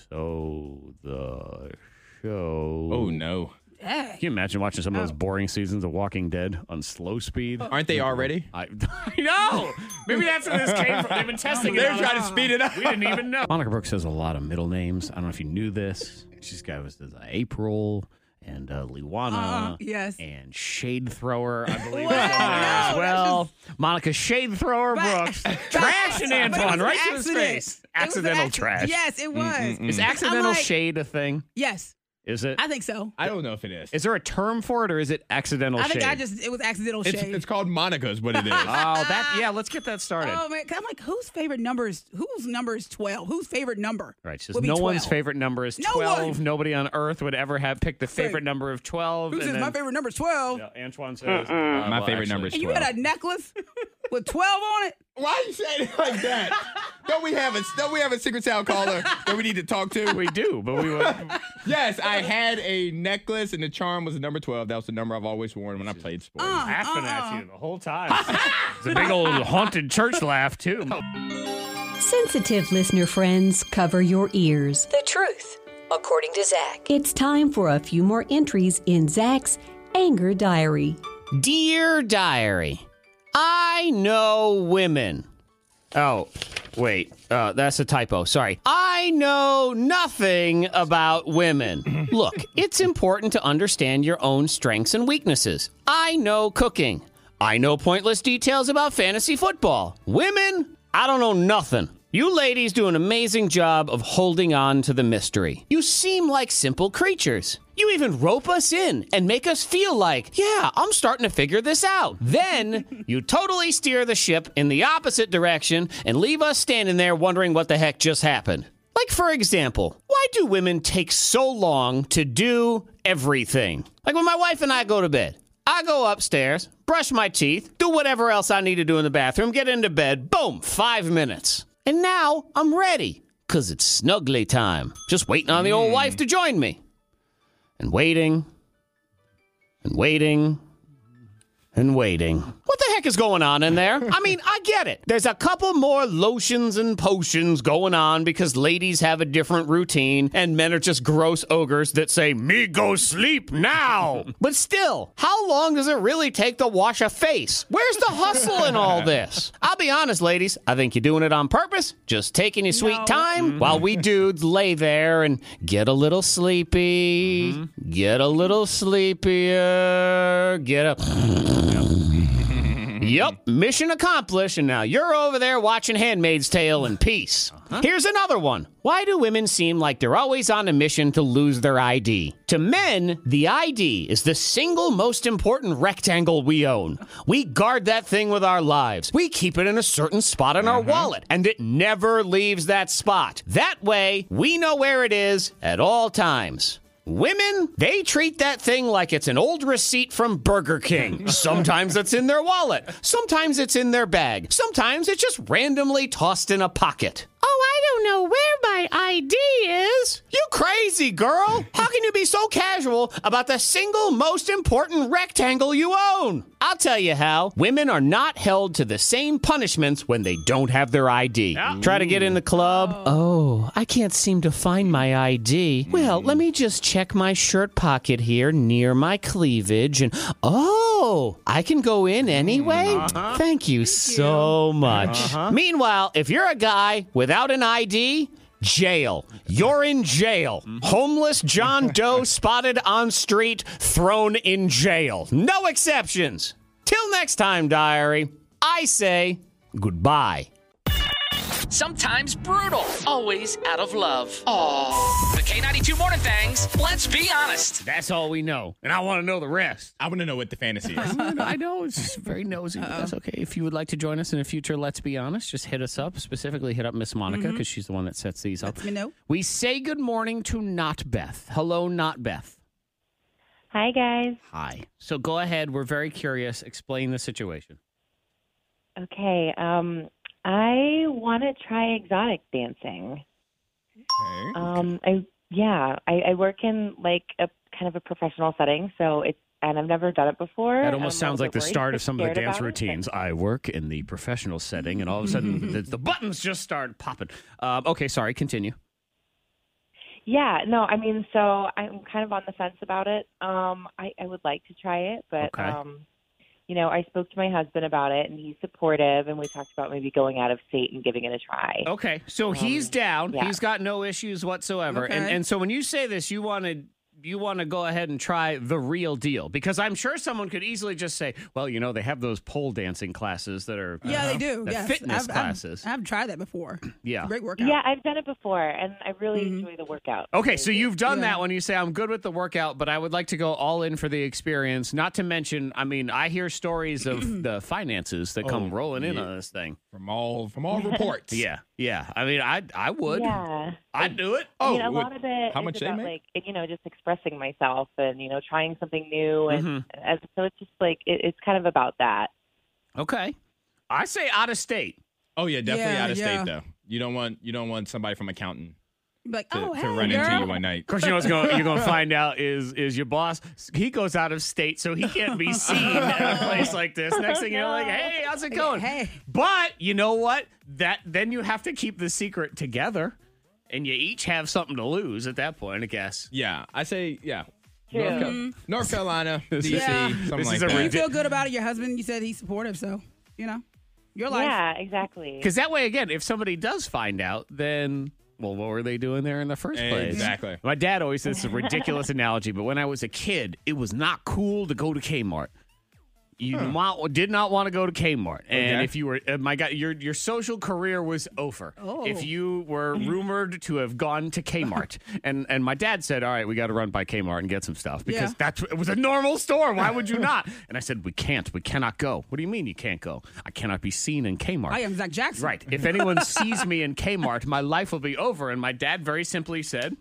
So the show. Oh no. Dang. Can you imagine watching some of Oh. those boring seasons of Walking Dead on slow speed? Aren't they already? I, I know. Maybe that's where this came from. They've been testing it. They're on trying us. to speed it up. We didn't even know. Monica Brooks has a lot of middle names. I don't know if you knew this. She's got was this, uh, April and uh, Liwana. Uh, yes. And Shade Thrower, I believe. is Wow. on there as No, that's well, Monica Shade Thrower But- Brooks, trash and But it Antoine was an right to his accident. face. It was an Accidental acci- trash. Mm, Yes, it was. Is accidental I'm like- shade a thing? Yes, Is it? I think so. I don't know if it is. Is there a term for it, or is it accidental I think shade? I just it was accidental It's, shade. it's called Monica's what it is. Oh, that yeah. Let's get that started. Uh-uh. oh man, 'Cause I'm like, whose favorite number is whose number is twelve? Whose favorite number? Right. She says would be no one's 12? favorite number is No 12. one. Nobody on earth would ever have picked the favorite Right. number of 12. Who says my favorite number is twelve? Yeah, Antoine says. uh, My well, favorite actually- number is And you 12. had a necklace with twelve on it. Why you saying it like that? don't we have a don't we have a secret sound caller that we need to talk to? We do, but we would. yes, I had a necklace and the charm was the number twelve. That was the number I've always worn when I played sports. Ah. laughing Uh-uh. at you the whole time. it's a big old haunted church laugh, too. Sensitive listener friends, cover your ears. The truth, according to Zach. It's time for a few more entries in Zach's anger diary. Dear Diary, I know women. Oh, wait. Uh, that's a typo. Sorry. I know nothing about women. Look, it's important to understand your own strengths and weaknesses. I know cooking. I know pointless details about fantasy football. Women, I don't know nothing. You ladies do an amazing job of holding on to the mystery. You seem like simple creatures. You even rope us in and make us feel like, yeah, I'm starting to figure this out. Then you totally steer the ship in the opposite direction and leave us standing there wondering what the heck just happened. Like, for example, why do women take so long to do everything? Like, when my wife and I go to bed, I go upstairs, brush my teeth, do whatever else I need to do in the bathroom, get into bed, boom, five minutes. And now I'm ready, because it's snuggly time. Just waiting on the old wife to join me. And waiting, and waiting, and waiting. What the heck is going on in there? I mean, I get it. There's a couple more lotions and potions going on because ladies have a different routine and men are just gross ogres that say, Me go sleep now. but still, how long does it really take to wash a face? Where's the hustle in all this? I'll be honest, ladies. I think you're doing it on purpose, just taking your sweet time while we dudes lay there and get a little sleepy, get a little sleepier, get a. Yep, mission accomplished, and now you're over there watching Handmaid's Tale in peace. Here's another one. Why do women seem like they're always on a mission to lose their ID? To men, the ID is the single most important rectangle we own. We guard that thing with our lives. We keep it in a certain spot in our wallet, and it never leaves that spot. That way, we know where it is at all times. Women, they treat that thing like it's an old receipt from Burger King. Sometimes it's in their wallet, sometimes it's in their bag, sometimes it's just randomly tossed in a pocket. Oh, I don't know where my ID is. You crazy girl! How can you be so casual about the single most important rectangle you own? I'll tell you how. Women are not held to the same punishments when they don't have their ID. Try to get in the club. Oh, I can't seem to find my ID. Well, let me just check my shirt pocket here near my cleavage and oh, I can go in anyway. Mm-hmm. Uh-huh. Thank you Uh-huh. so much. Meanwhile, if you're a guy without an ID, Jail. You're in jail. Homeless John Doe spotted on street, thrown in jail. No exceptions. Till next time, diary, I say goodbye. Sometimes brutal, always out of love. Aww. The K92 Morning Things, let's be honest. That's all we know. And I want to know the rest. I want to know what the fantasy is. I know it's just very nosy, but that's okay. If you would like to join us in a future Let's Be Honest, just hit us up. Specifically, hit up Miss Monica because she's the one that sets these up. Let Mm-hmm. me know. We say good morning to Not Beth. Hello, Not Beth. Hi, guys. Hi. So go ahead. We're very curious. Explain the situation. Okay, um, I want to try exotic dancing. Okay. Um, I yeah, I, I work in like a kind of a professional setting, so it's and I've never done it before. Um, That almost I'm a sounds little like the bit start worried, of some of the scared dance about it, but- routines. I work in the professional setting, Um, and all of a sudden the, the buttons just start popping. Uh, okay, sorry, continue. Yeah, no, I mean, so I'm kind of on the fence about it. Um, I, I would like to try it, but Okay. um, you know, I spoke to my husband about it, and he's supportive, and we talked about maybe going out of state and giving it a try. Okay, so he's down. yeah. He's got no issues whatsoever. And Um, Okay. and so when you say this, you want to you want to go ahead and try the real deal because I'm sure someone could easily just say, well, you know, they have those pole dancing classes that are uh, Yeah, they do. Uh-huh. The yes. fitness I've- I've- classes. I've, tried that before. yeah. Great workout. Yeah, I've done it before, and I really enjoy the workout. Okay, so you've done Yeah. that when you say I'm good with the workout, but I would like to go all in for the experience. Not to mention, I mean, I hear stories of the finances that come Oh, rolling in yeah. on this thing. From all from all reports. Yeah, yeah. I mean, I I would, Yeah. I'd do it. I mean, Oh, a lot of it how is much they about make? like it- you know just expressing myself and you know trying something new, and Mm-hmm. as, so it's just like it, it's kind of about that. Okay, I say out of state. Oh yeah, definitely Yeah, out of yeah. state though. You don't want you don't want somebody from accounting Like, to, oh, to hey, run girl. into you one night. Of course, you know what's going you're going to find out is is your boss. He goes out of state, so he can't be seen at a place like this. Next thing you know, like, hey, how's it going? Hey. But you know what? That then you have to keep the secret together, and you each have something to lose at that point, I guess. Yeah, I say yeah. True. North, Cal- North Carolina, DC, Yeah. something This like is a that. And you ridic- feel good about it. Your husband, you said he's supportive, so you know, your life. Yeah, exactly. Because that way, again, if somebody does find out, then well, what were they doing there in the first place? Exactly. My dad always says it's a ridiculous analogy, but when I was a kid, it was not cool to go to Kmart. You mo- did not want to go to Kmart, and Okay. if you were, uh, my God, your your social career was over. Oh. If you were rumored to have gone to Kmart, and and my dad said, "All right, we got to run by Kmart and get some stuff because Yeah. that's it was a normal store. Why would you not?" And I said, "We can't. We cannot go. What do you mean you can't go? I cannot be seen in Kmart. I am Zach Jackson. Right. If anyone sees me in Kmart, my life will be over. And my dad very simply said,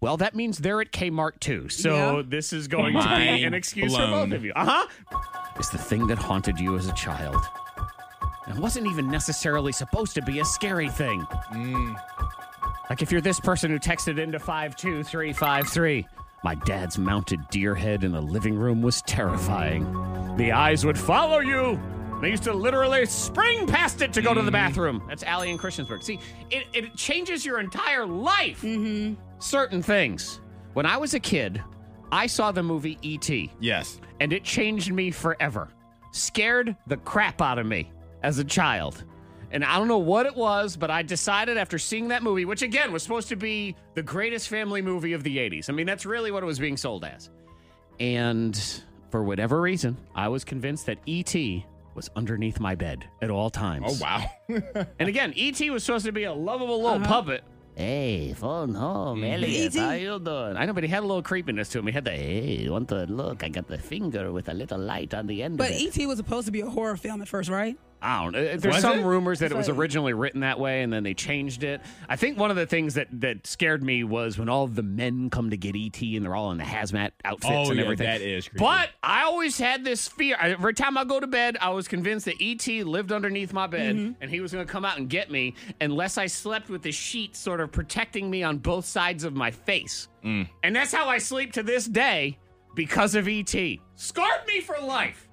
well, that means they're at Kmart too. So Yeah. this is going to be Mind an excuse for blown. both of you. Uh huh. It's the thing that haunted you as a child. And wasn't even necessarily supposed to be a scary thing. Hmm. Like if you're this person who texted into 52353. My dad's mounted deer head in the living room was terrifying. The eyes would follow you. They used to literally spring past it to go to Hmm. the bathroom. That's Allie in Christiansburg. See, it, it changes your entire life. Certain things. When I was a kid, I saw the movie E.T Yes. and it changed me forever. Scared the crap out of me as a child. And I don't know what it was, but I decided after seeing that movie, which again was supposed to be the greatest family movie of the 80s. I mean, that's really what it was being sold as. And for whatever reason, I was convinced that E.T. was underneath my bed at all times. Oh wow. And again, E.T. was supposed to be a lovable Uh-huh. little puppet. Mm-hmm. Hey, phone home, E Elliot. E.T.. How you doing? I know, but he had a little creepiness to him. He had the, hey, want to look? I got the finger with a little light on the end But of it. E.T. was supposed to be a horror film at first, right? I don't know. There's E Was some it? rumors that it was It's like- originally written that way and then they changed it. I think one of the things that, that scared me was when all of the men come to get E.T. and they're all in the hazmat outfits Oh, and yeah, everything. that is creepy. But I always had this fear. I- Every time I go to bed, I was convinced that E.T. lived underneath my bed Mm-hmm. and he was going to come out and get me unless I slept with the sheet sort of protecting me on both sides of my face. Mm. And that's how I sleep to this day because of E.T. Scarred me for life.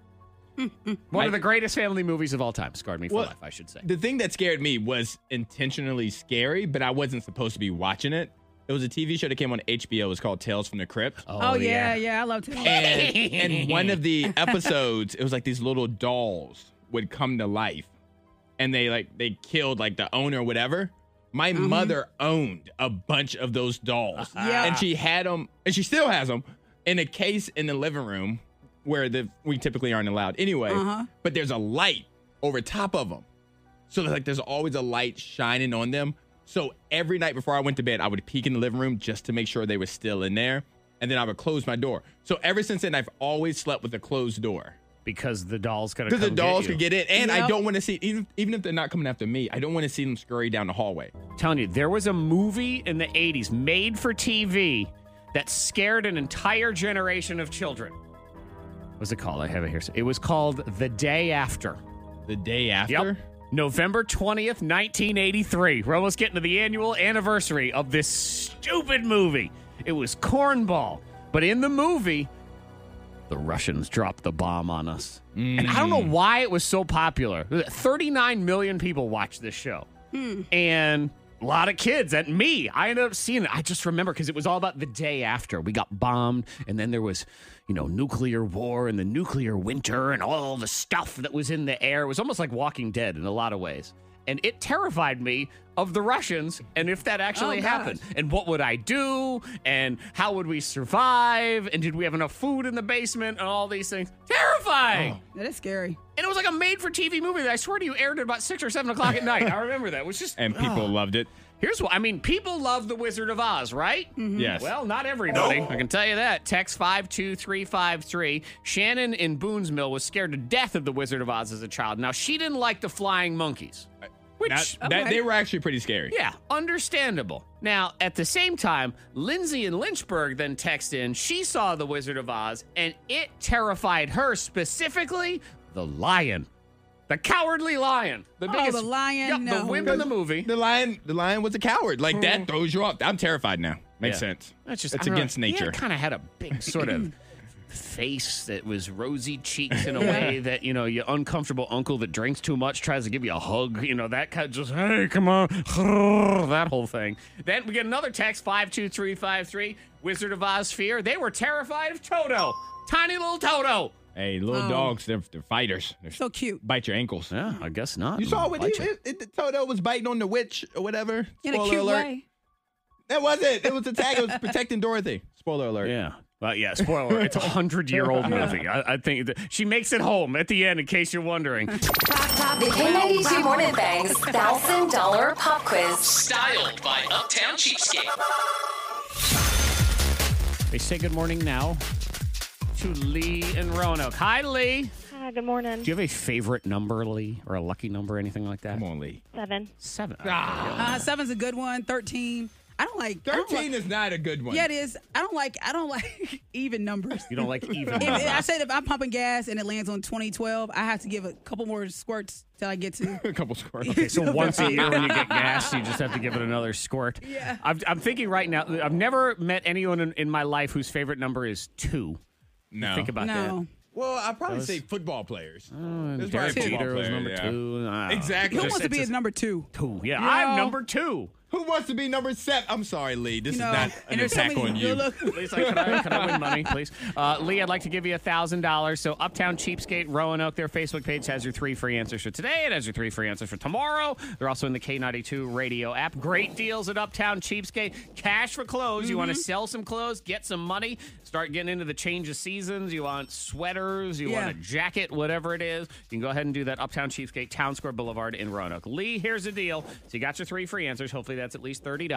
One of the greatest family movies of all time. Scarred me for Well, life, I should say. the thing that scared me was intentionally scary, but I wasn't supposed to be watching it. It was a TV show that came on HBO. It was called Tales from the Crypt. Oh, yeah, yeah, I loved it. And in one of the episodes, it was like these little dolls would come to life and they like they killed like the owner or whatever. My mother owned a bunch of those dolls. Yeah. And she had them and she still has them in a case in the living room where the we typically aren't allowed anyway. Uh-huh. But there's a light over top of them. So like there's always a light shining on them. So every night before I went to bed, I would peek in the living room just to make sure they were still in there, and then I would close my door. So ever since then, I've always slept with a closed door Because the doll's gonna because the come dolls get you. could get in, and I Yep. don't want to see even even if they're not coming after me, I don't want to see them scurry down the hallway. telling you, there was a movie in the 80s made for TV that scared an entire generation of children. What's it called? I have it here. It was called The Day After. The day Yep. November 20th, 1983. We're almost getting to the annual anniversary of this stupid movie. It was Cornball. But in the movie, the Russians dropped the bomb on us. And I don't know why it was so popular. 39 million people watched this show. And a lot of kids and me. I ended up seeing it. I just remember because it was all about the day after we got bombed, and then there was, you know, nuclear war and the nuclear winter and all the stuff that was in the air. It was almost like Walking Dead in a lot of ways. And it terrified me of the Russians and if that actually Oh, gosh. happened. And what would I do? And how would we survive? And did we have enough food in the basement? And all these things. Terrifying. That is scary. And it was like a made for TV movie that I swear to you aired at about six or seven o'clock at night. I remember that. It was just and people loved it. Here's what I mean. People love The Wizard of Oz, right? Mm-hmm. Yes. Well, not everybody. I can tell you that. Text 52353. Shannon in Boonesmill was scared to death of The Wizard of Oz as a child. Now, she didn't like the flying monkeys, which, That- that- they were actually pretty scary. yeah, understandable. Now, at the same time, Lindsay in Lynchburg then texted in, she saw The Wizard of Oz, and it terrified her specifically the lion. The cowardly lion. The Oh, biggest the lion, Yup, no. the wimp in the movie. The lion, the lion was a coward. Like Hmm. that throws you off. I'm terrified now. Makes Yeah. sense. That's just it's against nature. kind of had a big sort of face that was rosy cheeks in a way that you know your uncomfortable uncle that drinks too much tries to give you a hug. You know that kind of just hey come on that whole thing. Then we get another text five two three five three Wizard of Oz fear. They were terrified of Toto, tiny little Toto. Hey, little dogs, they're, they're fighters. They're Oh. So cute. bite your ankles. Yeah, I guess not. You saw what he, Bite you. it, it- Toto was biting on the witch or whatever. In Spoiler a cute alert. way. That was it. It was the tag. It was protecting Dorothy. Spoiler alert. Yeah. Well, yeah, spoiler, it's a hundred year old movie. I, I think that she makes it home at the end, in case you're wondering. The K92 Morning Thang's $1,000 pop quiz. Styled by Uptown Cheapskate. They say good morning now to Lee and Roanoke. Hi, Lee. Hi, Uh, good morning. Do you have a favorite number, Lee, or a lucky number, anything like that? Come on, Lee. Seven. Seven. Uh, seven's a good one. Thirteen. I don't like. I don't Thirteen like- is not a good one. Yeah, it is. I don't like. I don't like even numbers. You don't like even. If- if I numbers. said if I'm pumping gas and it lands on 2012, I have to give a couple more squirts till I get to. a couple squirrels. Okay, so once a year when you get gas, you just have to give it another squirt. Yeah. I've, I'm thinking right now. I've never met anyone in, in my life whose favorite number is two. No. Think about No, well, I'd probably Those- say football players. that. There's Derek probably a football Jeter was player, number yeah. two. I don't know. Exactly. who Just- wants to be it's his number two? Two. Yeah, I'm No. number two. Who wants to be number seven? I'm sorry, Lee. This You know, is not an and there's attack so many on you. good look- Please, like, can, I, can I win money, please? Uh, Lee, I'd like to give you $1,000. So, Uptown Cheapskate, Roanoke, their Facebook page has your three free answers for today. It has your three free answers for tomorrow. They're also in the K92 radio app. Great deals at Uptown Cheapskate. Cash for clothes. You want to sell some clothes, get some money, start getting into the change of seasons. You want sweaters, you Yeah. want a jacket, whatever it is. You can go ahead and do that Uptown Cheapskate, Town Square Boulevard in Roanoke. Lee, here's the deal. So you got your three free answers. Hopefully that's at least $30.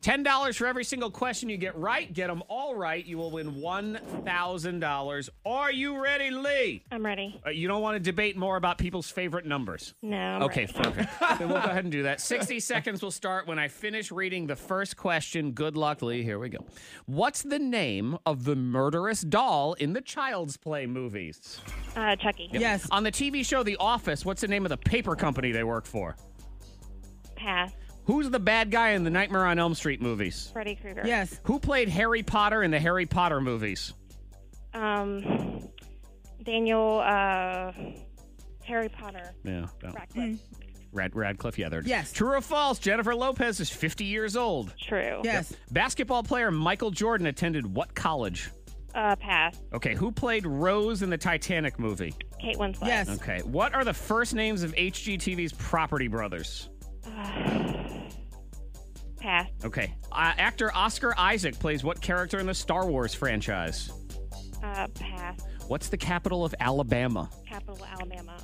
$10 for every single question you get right. Get them all right. You will win $1,000. Are you ready, Lee? I'm ready. Uh, you don't want to debate more about people's favorite numbers. No. I'm Okay, ready. perfect. then we'll go ahead and do that. 60 seconds will start when I finish reading the first question. Good luck, Lee. Here we go. What's the name of the murderous doll in the Child's Play movies? Uh, Chucky. Yes. On the TV show The Office, what's the name of the paper company they work for? Pass. Who's the bad guy in the Nightmare on Elm Street movies? Freddy Krueger. Yes. Who played Harry Potter in the Harry Potter movies? Um, Daniel. Uh, Harry Potter. Yeah. no. Mm. Radcliffe. Rad- Radcliffe, yeah. they're- Yes. True or false, Jennifer Lopez is 50 years old. True. Yes. Basketball player Michael Jordan attended what college? Uh, pass. Okay, who played Rose in the Titanic movie? Kate Winslet. Yes. Okay, what are the first names of HGTV's property brothers? Pass. Okay, uh, actor Oscar Isaac plays what character in the Star Wars franchise? Uh, pass. What's the capital of Alabama? Capital Alabama.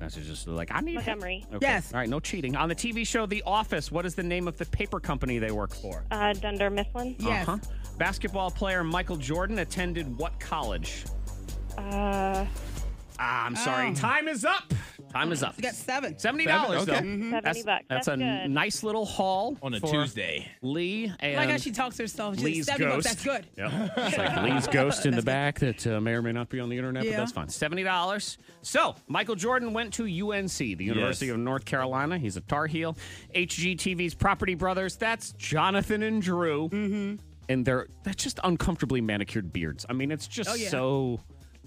That's just like I need Montgomery. Okay. Yes. All right, no cheating. On the TV show The Office, what is the name of the paper company they work for? Uh-huh. Uh, Dunder Mifflin. Yes. Basketball player Michael Jordan attended what college? Uh, Ah, I'm sorry. Time is up. Time is up. We Um, got seven. Mm-hmm. Seventy dollars Seven? though. Okay. seventy bucks. That's, a good. nice little haul On a for Tuesday. Lee and Oh my God, she talks to herself. She's Lee's seven ghost. bucks. That's good. Yep. It's like Lee's ghost in the back that uh, may or may not be on the internet, but Yeah. that's fine. Seventy dollars. So Michael Jordan went to UNC, the University Yes. of North Carolina. He's a Tar Heel. HGTV's Property Brothers. That's Jonathan and Drew. Mm-hmm. And they're that's just uncomfortably manicured beards. I mean, it's just Oh, yeah. so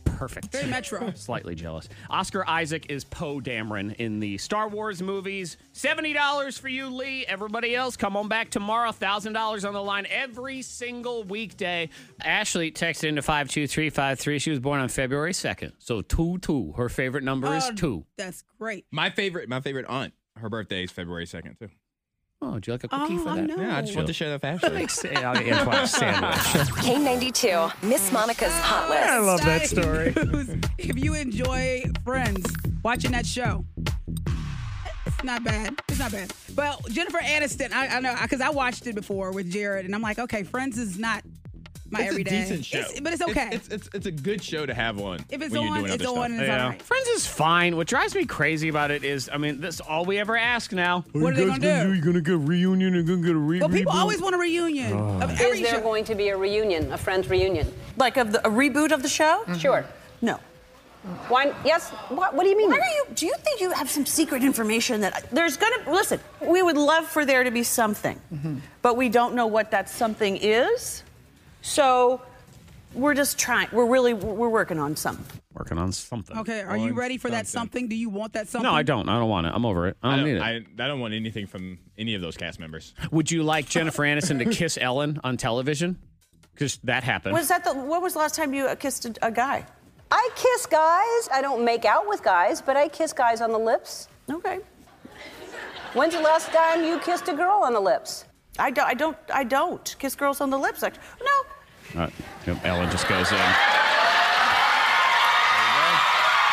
perfect. Very metro. Slightly jealous. Oscar Isaac is Poe Dameron in the Star Wars movies. $70 for you, Lee. Everybody else, come on back tomorrow. $1,000 on the line every single weekday. Ashley texted into 52353. She was born on February 2nd. So 2 2. Her favorite number is Oh, 2. That's great. My favorite, my favorite aunt. Her birthday is February second too. Oh, would you like a cookie Oh, for that? no. Yeah, I just want to share that fashion. Thanks, uh, Antoine sandwich. K92, Miss Monica's Hot List. I love that story. if you enjoy Friends, watching that show, it's not bad. It's not bad. But Jennifer Aniston, I, I know because I watched it before with Jared, and I'm like, okay, Friends is not my it's everyday. a decent show, It's- but it's okay. It's, it's it's a good show to have on. If it's when you're on, doing it's other on stuff. and it's all right. Friends is fine. What drives me crazy about it is, I mean, that's all we ever ask now. What are they gonna do? You're gonna get reunion. You're gonna get a re- well, people always want a reunion of every Is there show. going to be a reunion, a Friends reunion? Mm-hmm. Like of the, a reboot of the show? Sure. No. Why? Yes. What, what do you mean? Why do you? Do you think you have some secret information that there's gonna? Listen, we would love for there to be something, Mm-hmm. but we don't know what that something is. So we're just trying. We're really we're working on something. Working on something. Okay, are you ready for that something? Do you want that something? No, I don't. I don't want it. I'm over it. I I don't, don't, need it. I, I don't want anything from any of those cast members. Would you like Jennifer Aniston to kiss Ellen on television? Because that happened. Was that the? When was the last time you uh, kissed a, a guy? I kiss guys. I don't make out with guys, but I kiss guys on the lips. Okay. When's the last time you kissed a girl on the lips? I don't. I don't. I don't kiss girls on the lips. Like, no. All right. Uh, Yep, Ellen just goes in.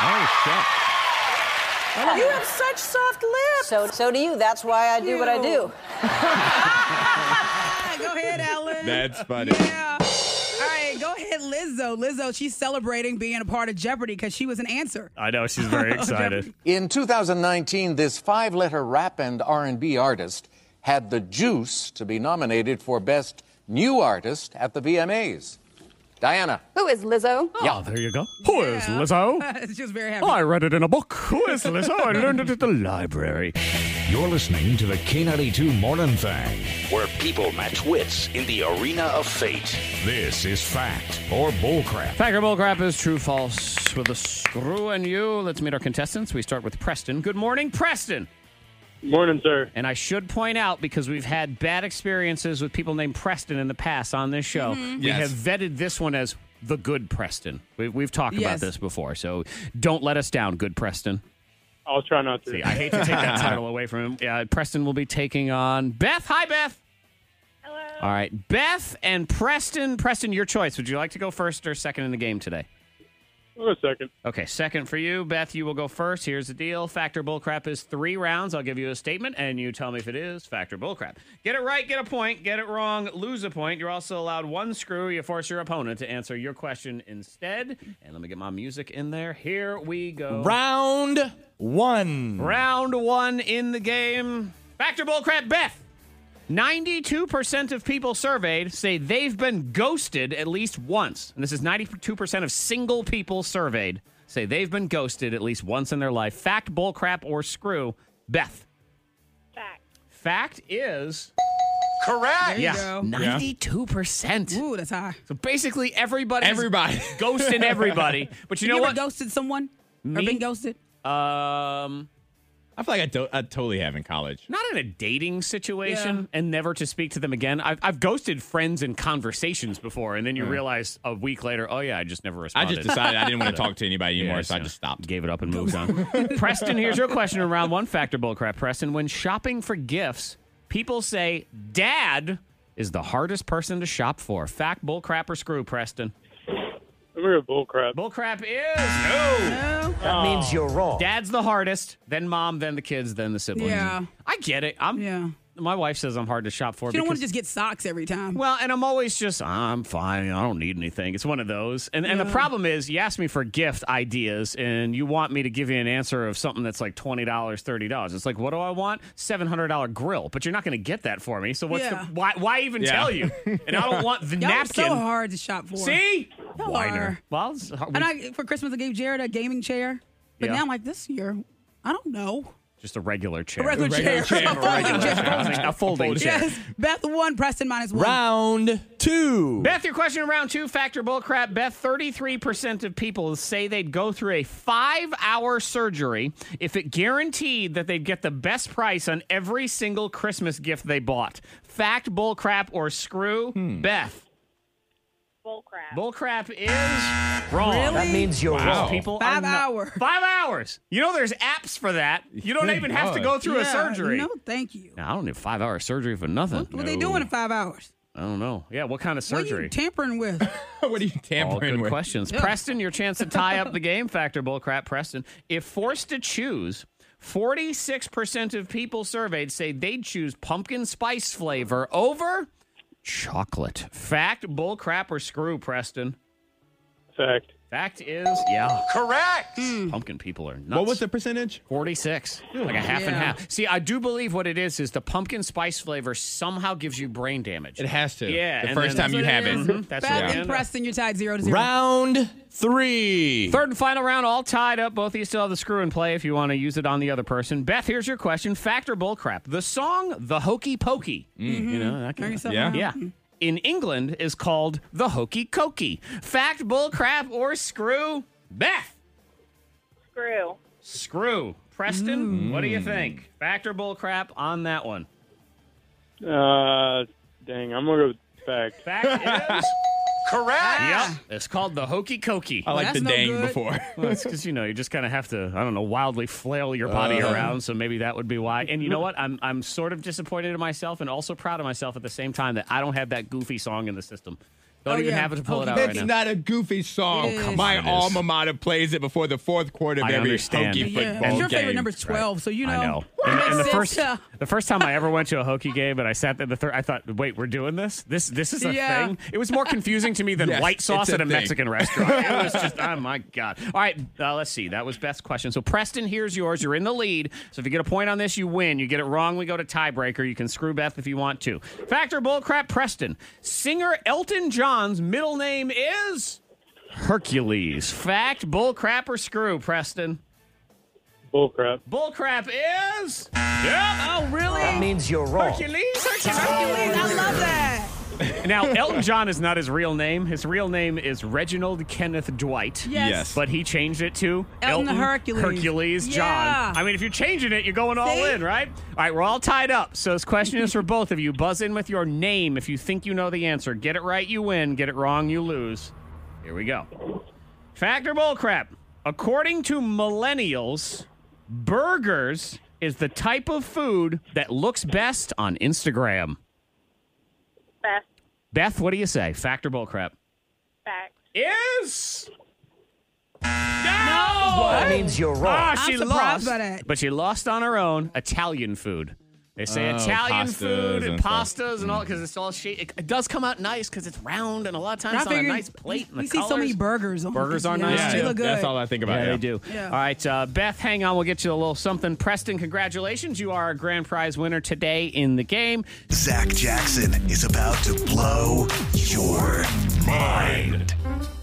Oh shit! You have such soft lips. So, so do you. That's why I do what I do. Ah, go ahead, Ellen. That's funny. Yeah. All right, go ahead, Lizzo. Lizzo, she's celebrating being a part of Jeopardy because she was an answer. I know she's very excited. In 2019, this five-letter rap and R&B artist had the juice to be nominated for Best New Artist at the VMAs. Diana. Who is Lizzo? Yeah, there you go. Who is Lizzo? Oh. she was very happy. I read it in a book. Who is Lizzo? I learned it at the library. You're listening to the K92 Morning Thing, where people match wits in the arena of fate. This is fact or bullcrap. Fact or bullcrap is true, false, with a screw and you. Let's meet our contestants. We start with Preston. Good morning, Preston. Morning, sir. And I should point out because we've had bad experiences with people named Preston in the past on this show, Mhm. we Yes. have vetted this one as the good Preston. We, we've talked about Yes. this before, so don't let us down, good Preston. I'll try not to. See, I hate to take that title away from him. Uh, Preston will be taking on Beth. Hi, Beth. Hello. All right, Beth and Preston. Preston, your choice. Would you like to go first or second in the game today? Wait a second. Okay, second for you. Beth, you will go first. Here's the deal. Factor bullcrap is three rounds. I'll give you a statement and you tell me if it is factor bullcrap. Get it right, get a point. Get it wrong, lose a point. You're also allowed one screw. You force your opponent to answer your question instead. And let me get my music in there. Here we go. Round one. Round one in the game. Factor bullcrap, Beth. 92% of people surveyed say they've been ghosted at least once. And this is 92% of single people surveyed say they've been ghosted at least once in their life. Fact, bullcrap, or screw. Beth. Fact. Fact is. Correct. There you yeah. go. 92%. Ooh, that's high. So basically, everybody. Everybody. Ghosting everybody. But you know ever what? ghosted someone? Or Me? been ghosted? um. I feel like I, do- I totally have in college. not in a dating situation and never to speak to them again. I've, I've ghosted friends in conversations before, and then you Yeah. realize a week later, oh yeah, I just never I responded. just decided I didn't want to talk to anybody anymore, so I just stopped. Gave it up and moved on. Preston, here's your question in round one factor bullcrap. Preston, when shopping for gifts, people say dad is the hardest person to shop for. Fact, bullcrap, or screw, Preston? I'm gonna bullcrap. Bullcrap is no. That means you're wrong. Dad's the hardest, then mom, then the kids, then the siblings. Yeah. I get it. I'm. Yeah. My wife says I'm hard to shop for. You don't want because- to just get socks every time. Well, and I'm always just I'm fine. I don't need anything. It's one of those. And and the Yeah. problem is, you ask me for gift ideas, and you want me to give you an answer of something that's like twenty dollars, thirty dollars. It's like, what do I want? Seven hundred dollar grill. But you're not going to get that for me. So what's Yeah. the why? Why even Yeah. tell you? And I don't want the Y'all are napkin. so hard to shop for. See, Y'all whiner. are. Well, it's- we- And I, for Christmas, I gave Jared a gaming chair. But Yeah. now I'm like, this year, I don't know. Just a regular chair. A regular chair. A folding chair. A folding chair. Yes. Beth one, Preston minus one. Round two. Beth, your question in round two factor bullcrap. Beth, 33% of people say they'd go through a five hour surgery if it guaranteed that they'd get the best price on every single Christmas gift they bought. Fact, bullcrap, or screw? Beth. Bullcrap. Bullcrap is wrong. Really? That means you're Wow. wrong. People Five hours. Five hours. You know, there's apps for that. You don't Good even have to go God. through a Yeah, surgery. No, thank you. No, I don't need five hour surgery for nothing. What are they doing in five hours? I don't know. Yeah, what kind of What are surgery? you tampering with? what are you tampering All good with? questions. Yeah. Preston, your chance to tie up the game factor bullcrap. Preston, if forced to choose, 46% of people surveyed say they'd choose pumpkin spice flavor over chocolate. Fact, bullcrap, or screw, Preston? Fact. Fact is, yeah. Correct. Pumpkin people are nuts. What was the percentage? 46. Like a half and half. See, I do believe what it is is the pumpkin spice flavor somehow gives you brain damage. It has to. Yeah. The and first then- time you have it. Mhm, That's Beth what it and is. Preston, you're tied zero to zero. Round three. Third and final round, all tied up. Both of you still have the screw in play if you want to use it on the other person. Beth, here's your question. Fact or bullcrap? The song The Hokey Pokey. Mm, You know, that Turn can, yourself yeah. around. yeah. In England is called the Hokey Cokey. Fact, bullcrap, or screw? Beth. Screw. Screw. Preston, what do you think? Fact or bullcrap on that one? Uh, dang, I'm gonna go with fact. Fact is correct. Yep. It's called the hokey cokey. I like Well, the that's no dang good. before. well, it's because you know you just kind of have to I don't know wildly flail your body Uh. around. So maybe that would be why. And you know what? I'm I'm sort of disappointed in myself and also proud of myself at the same time that I don't have that goofy song in the system. Don't Oh, even yeah. have it to pull it out That's right now. not a goofy song. It is. My It is. alma mater plays it before the fourth quarter of I every understand. hokey Yeah. football And your game. favorite number Number 12, so you know. I know. What And, a and the first sister. the first time I ever went to a hokey game and I sat there the third I thought, wait, we're doing this? This this is a Yeah. thing. It was more confusing to me than Yes, white it's sauce a at a thing. Mexican restaurant. It was just oh my god. All right, uh, let's see. That was Beth's question. So Preston, here's yours. You're in the lead. So if you get a point on this, you win. You get it wrong, we go to tiebreaker. You can screw Beth if you want to. Factor bullcrap Preston. Singer Elton John's middle name is Hercules. Fact, bullcrap or screw, Preston? Bullcrap. Bullcrap is. Yeah. Oh, really? That means you're Hercules, Hercules, Hercules. I love that. Now, Elton John is not his real name. His real name is Reginald Kenneth Dwight. Yes. Yes. But he changed it to Elton Hercules. Hercules John. Yeah. I mean, if you're changing it, you're going all See? in, right? All right, we're all tied up. So this question is for both of you. Buzz in with your name if you think you know the answer. Get it right, you win. Get it wrong, you lose. Here we go. Fact or bullcrap? According to millennials, burgers is the type of food that looks best on Instagram. Beth. Beth, what do you say? Fact or bullcrap? Fact. Is. What? That means you're wrong. Ah, I'm she lost, surprised by that. but she lost on her own. Italian food. They say Oh, Italian pastas food and and stuff. Mm. pastas and all because it's all shape. It, it does come out nice because it's round and a lot of And I times on a figured nice plate. and We the see so many colors. burgers. On Burgers this, are yeah. nice. They too. look good. Yeah, they do. Yeah. All right, uh, Beth, hang on. We'll get you a little something. Preston, congratulations. You are a grand prize winner today in the game. Zach Jackson is about to blow your mind.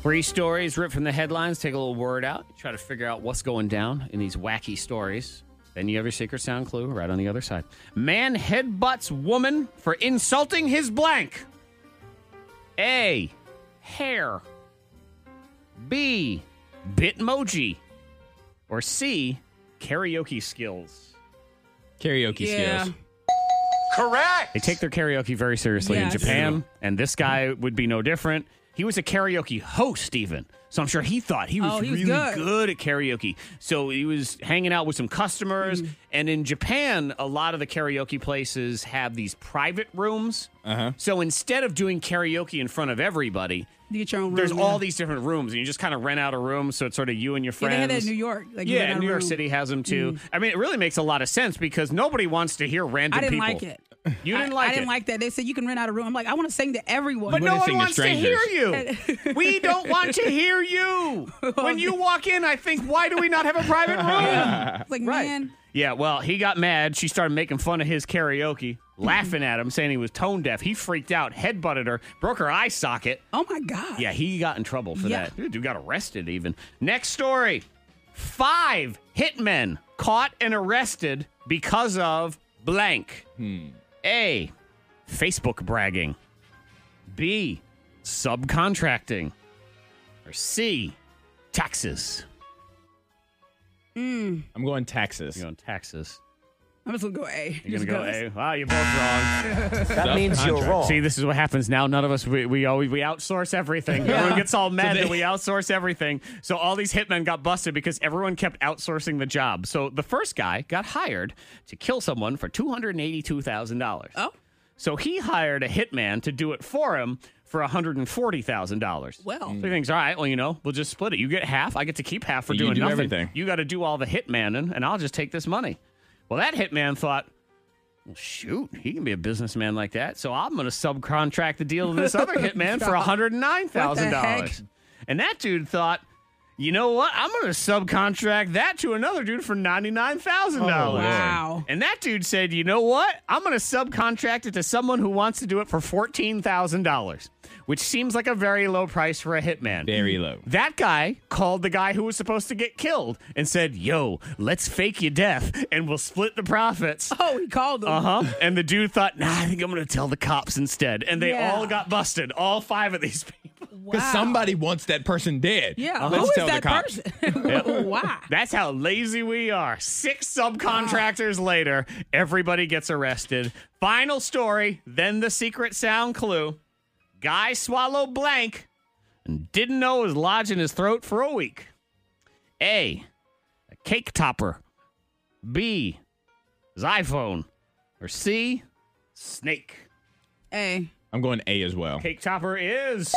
Three stories ripped from the headlines. Take a little word out. Try to figure out what's going down in these wacky stories. Then you have your secret sound clue right on the other side. Man headbutts woman for insulting his blank. A. Hair. B. Bitmoji. Or C. Karaoke skills. Karaoke Yeah. skills. Correct. They take their karaoke very seriously Yes. in Japan, and this guy would be no different. He was a karaoke host, even. So I'm sure he thought he was, Oh, he was really good. good. at karaoke. So he was hanging out with some Mm. customers. And in Japan, a lot of the karaoke places have these private rooms. Uh-huh. So instead of doing karaoke in front of everybody, You get your own room. there's all yeah. these different rooms, and you just kind of rent out a room. So it's sort of you and your Yeah, friends. they had that in New York. Like, you yeah, rent out New a York room. Mm. City has them too. I mean, it really makes a lot of sense because nobody wants to hear random I didn't people. like it. You didn't I, like I didn't it. like that. They said you can rent out a room. I'm like, I want to sing to everyone. But no one wants to hear you. we don't want to hear you. When you walk in, I think, why do we not have a private room? It's like, man, Yeah, well, he got mad. She started making fun of his karaoke, laughing at him, saying he was tone deaf. He freaked out, headbutted her, broke her eye socket. oh my God. Yeah, he got in trouble for Yeah. that. Dude, dude got arrested even. Next story. Five hitmen caught and arrested because of blank. A. Facebook bragging. B. Subcontracting. Or C. Taxes. I'm going taxes. You're on taxes. I'm just gonna go A. You're Just gonna go goes. A. Wow, you're both wrong. That means you're wrong. See, this is what happens now. None of us we we always we outsource everything. Yeah. Everyone gets all mad So that they- we outsource everything. So all these hitmen got busted because everyone kept outsourcing the job. So the first guy got hired to kill someone for two hundred and eighty-two thousand dollars. Oh. So he hired a hitman to do it for him for $140,000. Well. so he thinks, all right, well, you know, we'll just split it. You get half. I get to keep half for Mm. You doing do nothing. everything. You got to do all the hitmaning, and I'll just take this money. Well, that hitman thought, well, shoot, he can be a businessman like that. So I'm going to subcontract the deal to this other hitman for $109,000. And that dude thought, you know what? I'm going to subcontract that to another dude for $99,000. Oh, Lord. Wow. And that dude said, you know what? I'm going to subcontract it to someone who wants to do it for $14,000, which seems like a very low price for a hitman. Very low. That guy called the guy who was supposed to get killed and said, yo, let's fake your death and we'll split the profits. Oh, he called him. Uh huh. And the dude thought, nah, I think I'm going to tell the cops instead. And they Yeah. all got busted, all five of these people. Because somebody wants that person dead. Yeah, Uh-huh. Let's who is tell that the cops. person? Yep. Why? That's how lazy we are. Six subcontractors later, everybody gets arrested. Final story, then the secret sound clue. Guy swallowed blank and didn't know it was lodged in his throat for a week. A. A cake topper. B. His iPhone. Or C. Snake. A. I'm going A as well. Cake topper is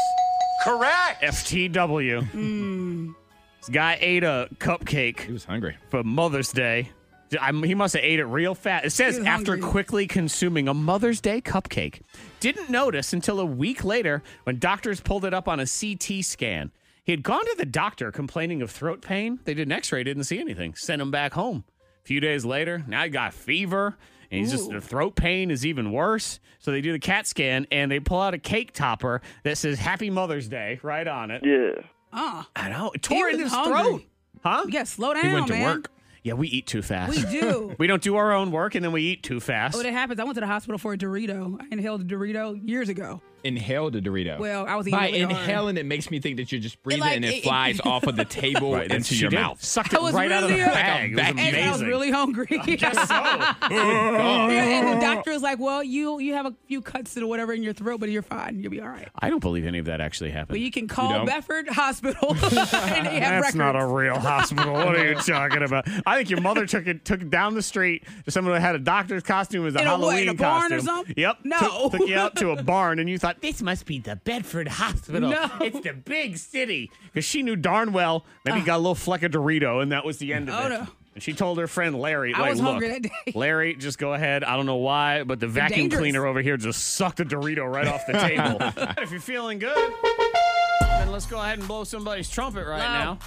correct. FTW. This guy ate a cupcake. He was hungry for Mother's Day. I, he must have ate it real fast. It says was after hungry. quickly consuming a Mother's Day cupcake. Didn't notice until a week later when doctors pulled it up on a CT scan. He had gone to the doctor complaining of throat pain. They did an x ray, didn't see anything. Sent him back home. A few days later, now he got fever and he's just Ooh. the throat pain is even worse. So they do the CAT scan and they pull out a cake topper that says Happy Mother's Day right on it. Yeah. Ah. I know. It He tore was in his hungry. throat. Huh? Yeah, slow down, He went to man. work. Yeah, we eat too fast. We do. we don't do our own work and then we eat too fast. Oh, that happens. I went to the hospital for a Dorito. I inhaled a Dorito years ago. Inhaled a Dorito. Well, I was eating By really hard. inhaling, it makes me think that you're just breathing like, and it, it- flies off of the table Right, into she your did. mouth. Sucked I was really Like a hungry. vacuum. And I was really hungry. Oh, Yeah, and the doctor was like, "Well, you you have a few cuts or whatever in your throat, but you're fine. You'll be all right. I don't believe any of that actually happened. But you can You call don't? Bedford Hospital, and they have That's records. not a real hospital. What are you talking about? I think your mother took it took it down the street to someone who had a doctor's costume as a In a what, Halloween in a costume. barn or something? Yep. No. Took, took you out to a barn and you thought this must be the Bedford Hospital. No. It's the big city because she knew darn well maybe he got a little fleck of Dorito and that was the end of Oh, it. no. And she told her friend Larry, I like, was look, hungry that day." Larry, just go ahead. I don't know why, but the vacuum dangerous. cleaner over here just sucked a Dorito right off the table. if you're feeling good, then let's go ahead and blow somebody's trumpet right now.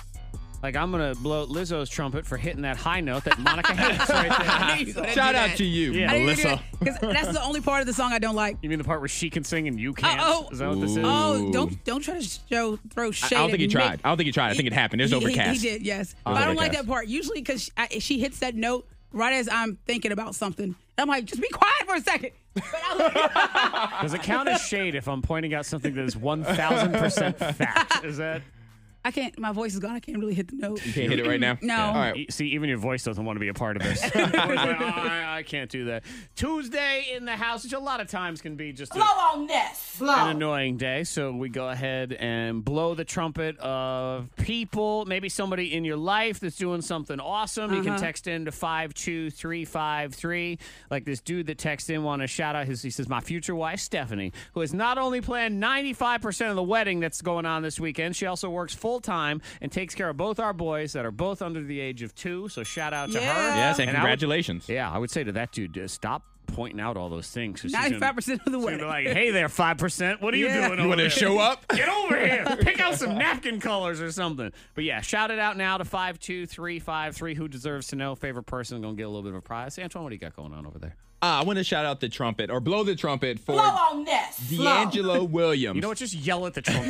Like I'm gonna blow Lizzo's trumpet for hitting that high note that Monica hates right there. Shout out to you, Melissa. Because that's the only part of the song I don't like. You mean the part where she can sing and you can't? Oh, Is that what this is? oh, don't don't try to show throw I, I shade. don't think at he Nick. tried. I don't think he tried. I think it happened. There's He- he- overcast. He, did, yes. Oh, But I don't like overcast. that part usually because she hits that note right as I'm thinking about something. And I'm like, just be quiet for a second. Does it count as shade if I'm pointing out something that is one thousand percent fact? Is that I can't. My voice is gone. I can't really hit the note. You can't hit it right now? No. All All right. right. E, See, even your voice doesn't want to be a part of this. It's like, "Oh, I, I can't do that. Tuesday in the house, which a lot of times can be just a- on this. an annoying day. So we go ahead and blow the trumpet of people, maybe somebody in your life that's doing something awesome. You can Uh-huh. text in to 52353. Like this dude that texts in, want to shout out his, he says, My future wife, Stephanie, who has not only planned 95% of the wedding that's going on this weekend, she also works full time and takes care of both our boys that are both under the age of two. So shout out to her. Yes, and I would- congratulations. yeah, I would say to that dude, uh, stop pointing out all those things. 'cause she's gonna- 95% of the she's way. gonna be like, hey there, 5%. What are you Yeah. doing You over wanna there? show up? Get over here. Pick out some napkin colors or something. But yeah, shout it out now to 52353. Who deserves to know? Favorite person going to get a little bit of a prize. Antoine, what do you got going on over there? Uh, I want to shout out the trumpet or blow the trumpet for on this. Yes. D'Angelo Williams. You know what? Just yell at the trumpet.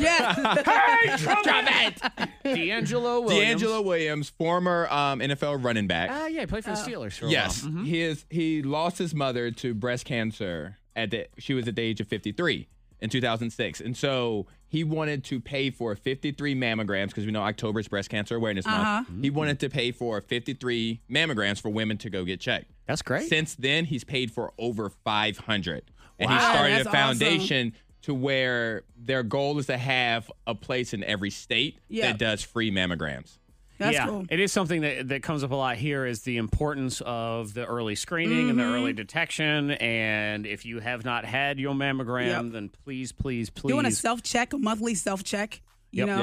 Yes. hey, trumpet! D'Angelo Williams. D'Angelo Williams, former um, NFL running back. Ah, yeah, he played for the Steelers. For a yes, while. Mhm. he is. He lost his mother to breast cancer at the. She was at the age of 53 in 2006, and so he wanted to pay for 53 mammograms because we know October is Breast Cancer Awareness Month. Uh-huh. He wanted to pay for 53 mammograms for women to go get checked. That's great. Since then, he's paid for over 500, and he Wow, started that's a awesome. foundation. To where their goal is to have a place in every state Yeah. that does free mammograms. That's That's yeah, cool. it is something that, that comes up a lot here is the importance of the early screening and the Mhm. early detection. And if you have not had your mammogram, Yep. then please, please, please. Doing a self check, a monthly self check. You know,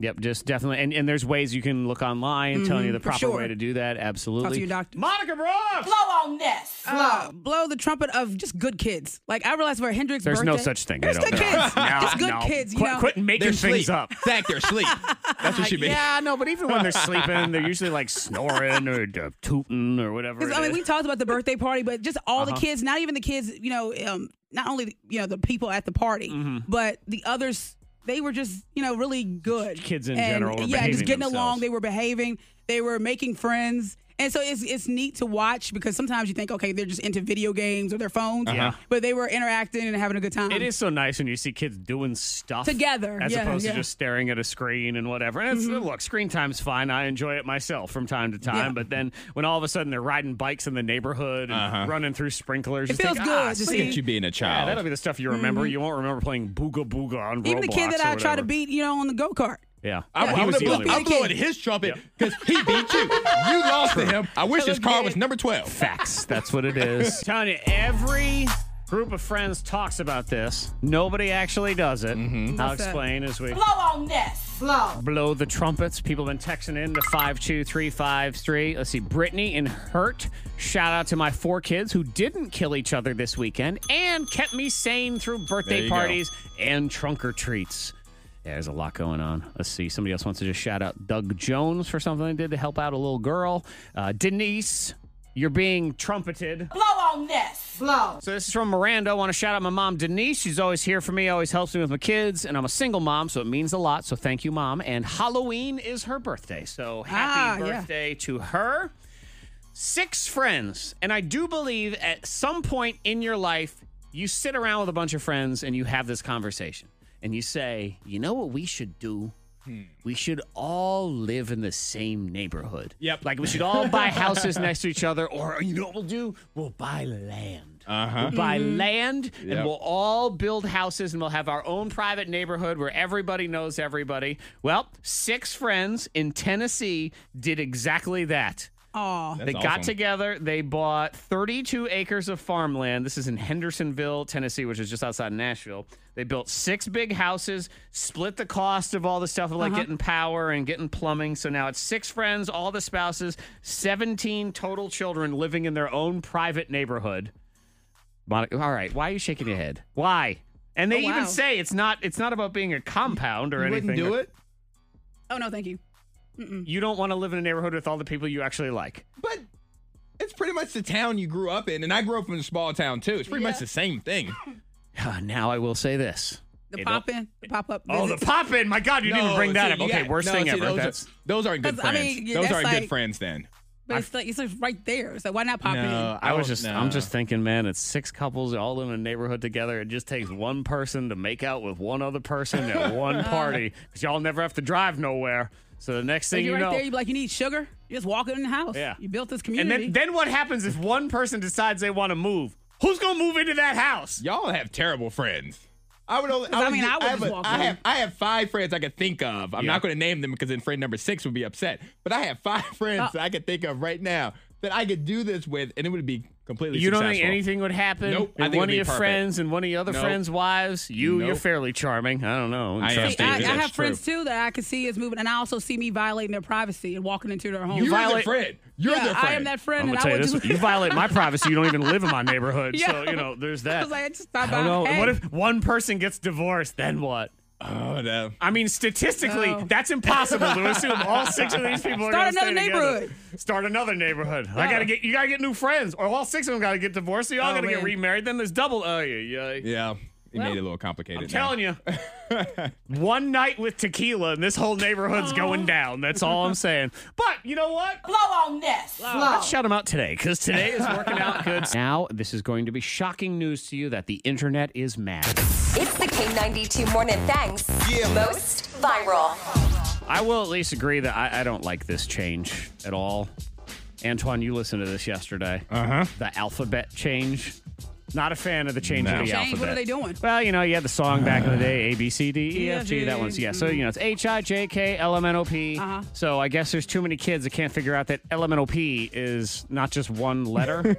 Yep. Just definitely. And, and there's ways you can look online telling you Mhm, the for proper sure. way to do that. Absolutely. talk to your doctor. Monica Brooks. Blow on this. Blow. Uh, blow the trumpet of just good kids. Like I realized for Hendrix. There's birthday, no such thing. There's They don't- good no. kids. No, Just good no. kids. You Quit- know? quit making They're things asleep. up. Zach, they're asleep. That's what she means. Yeah, no, but even when they're sleeping, they're usually like snoring or uh, tooting or whatever. Because it I mean, is. we talked about the birthday party, but just all the Uh-huh. kids, not even the kids, you know, um, not only the, you know the people at the party, Mhm. but the others. They were just you know really good. Kids in And, general were yeah, just behaving getting themselves. along. They were behaving. They were making friends. And so it's it's neat to watch because sometimes you think, okay, they're just into video games or their phones, Uh-huh. but they were interacting and having a good time. It is so nice when you see kids doing stuff Together, as yeah, opposed yeah. Mm-hmm. to just staring at a screen and whatever. And it's, look, screen time's fine. I enjoy it myself from time to time. Yeah. But then when all of a sudden they're riding bikes in the neighborhood and running through sprinklers, It just think, feels good "Ah, to look see." Look at you being a Yeah, child. that'll be the stuff you remember. Mhm. You won't remember playing Booga Booga on Roblox. Even the kid that or I try to whatever. beat, you know, on the go kart. Yeah, I'm, he I'm was gonna the blow- only I'm one. blowing his trumpet because he beat you. You lost to him. I wish his car was number 12. Facts. That's what it is. telling you, every group of friends talks about this. Nobody actually does it. I'll That's it. explain as we on this. Blow. blow the trumpets. People have been texting in to 52353. Let's see. Brittany and Hurt. Shout out to my four kids who didn't kill each other this weekend and kept me sane through There birthday you go. parties and trunk or treats. Yeah, there's a lot going on. Let's see. Somebody else wants to just shout out Doug Jones for something they did to help out a little girl. Uh, Denise, you're being trumpeted. Blow on this. Blow. So this is from Miranda. I want to shout out my mom, Denise. She's always here for me, always helps me with my kids, and I'm a single mom, so it means a lot. So thank you, mom. And Halloween is her birthday, so happy Ah, yeah. birthday to her. Six friends, and I do believe at some point in your life, you sit around with a bunch of friends and you have this conversation, and you say, "You know what we should do." Hmm. We should all live in the same neighborhood. Yep. Like we should all buy houses next to each other, or you know what we'll do? We'll buy land. Uh-huh. We'll buy land and Yep. we'll all build houses and we'll have our own private neighborhood where everybody knows everybody. Well, six friends in Tennessee did exactly that. Aw. they got together. They bought 32 acres of farmland. This is in Hendersonville, Tennessee, which is just outside Nashville. They built six big houses, split the cost of all the stuff, of like Uh-huh. getting power and getting plumbing. So now it's six friends, all the spouses, 17 total children living in their own private neighborhood. Monica, all right, why are you shaking your head? Why? And they Oh, wow. even say it's not it's not about being a compound or You anything. wouldn't do it? Oh no, thank you. Mm-mm. You don't want to live in a neighborhood with all the people you actually like. But it's pretty much the town you grew up in, and I grew up in a small town too. It's pretty much the same thing. Now I will say this. The It'll- pop in, the pop up. Oh, the pop in! My God, you didn't even No, bring that see, up. you Okay, got- worst no, thing see, ever. Those, That's are, those aren't good 'Cause, I friends. mean, yeah, those that's aren't like- good friends then. But it's like it's like right there. So why not pop it in? Uh, I was just, I'm Mm, oh, no. just thinking, man, it's six couples all in a neighborhood together. It just takes one person to make out with one other person at one party because y'all never have to drive nowhere. So the next So thing you're you right know, there. You be like, you need sugar. You just walk in the house. Yeah. You built this and community. then, then what happens if one person decides they want to move? Who's gonna move into that house? Y'all have terrible friends. I would only. 'Cause, I would mean, get- I would have just a- walk I in. have, I have five friends I could think of. I'm Yeah. not going to name them because then friend number six would be upset. But I have five Uh, friends that I could think of right now that I could do this with, and it would be completely. You don't think successful. anything would happen? Nope. I And think one of it'd be your perfect. friends and one of your other Nope. friends' wives. You, you're Nope. fairly charming. I don't know. I am. See, Interesting. I, I That's have friends true. too that I can see is moving, and I also see me violating their privacy and walking into their home. You're the friend. You're yeah, the friend. I am that friend, I'm and gonna I tell you would this: just. you violate my privacy. You don't even live in my neighborhood, Yeah. so you know there's that. I was like, I just I thought don't know. about. Hey, What if one person gets divorced? Then what? Oh no. I mean, statistically, No. that's impossible to assume all six of these people are Start gonna stay another together. neighborhood. Start another neighborhood. I Yeah. gotta get you gotta get new friends, or all six of them gotta get divorced. So y'all Oh, gotta get man. remarried. Then there's double. Oh yeah, yeah. Yeah. He made it a little complicated. I'm telling you, one night with tequila and this whole neighborhood's going down. That's all I'm saying. But you know what? Blow on this. Let's shout them out today because today is working out good. Now, this is going to be shocking news to you that the internet is mad. It's the K92 Morning Thangs. Most viral. I will at least agree that I, I don't like this change at all. Antoine, you listened to this yesterday. Uh huh. The alphabet change. Not a fan of the change No. of the Change, alphabet. what are they doing? Well, you know, you had the song back in the day, A B C D E F G. Yeah, mm. That one's yeah. So you know, it's H I J K L M N O P. Uh-huh. So I guess there's too many kids that can't figure out that L M N O P is not just one letter.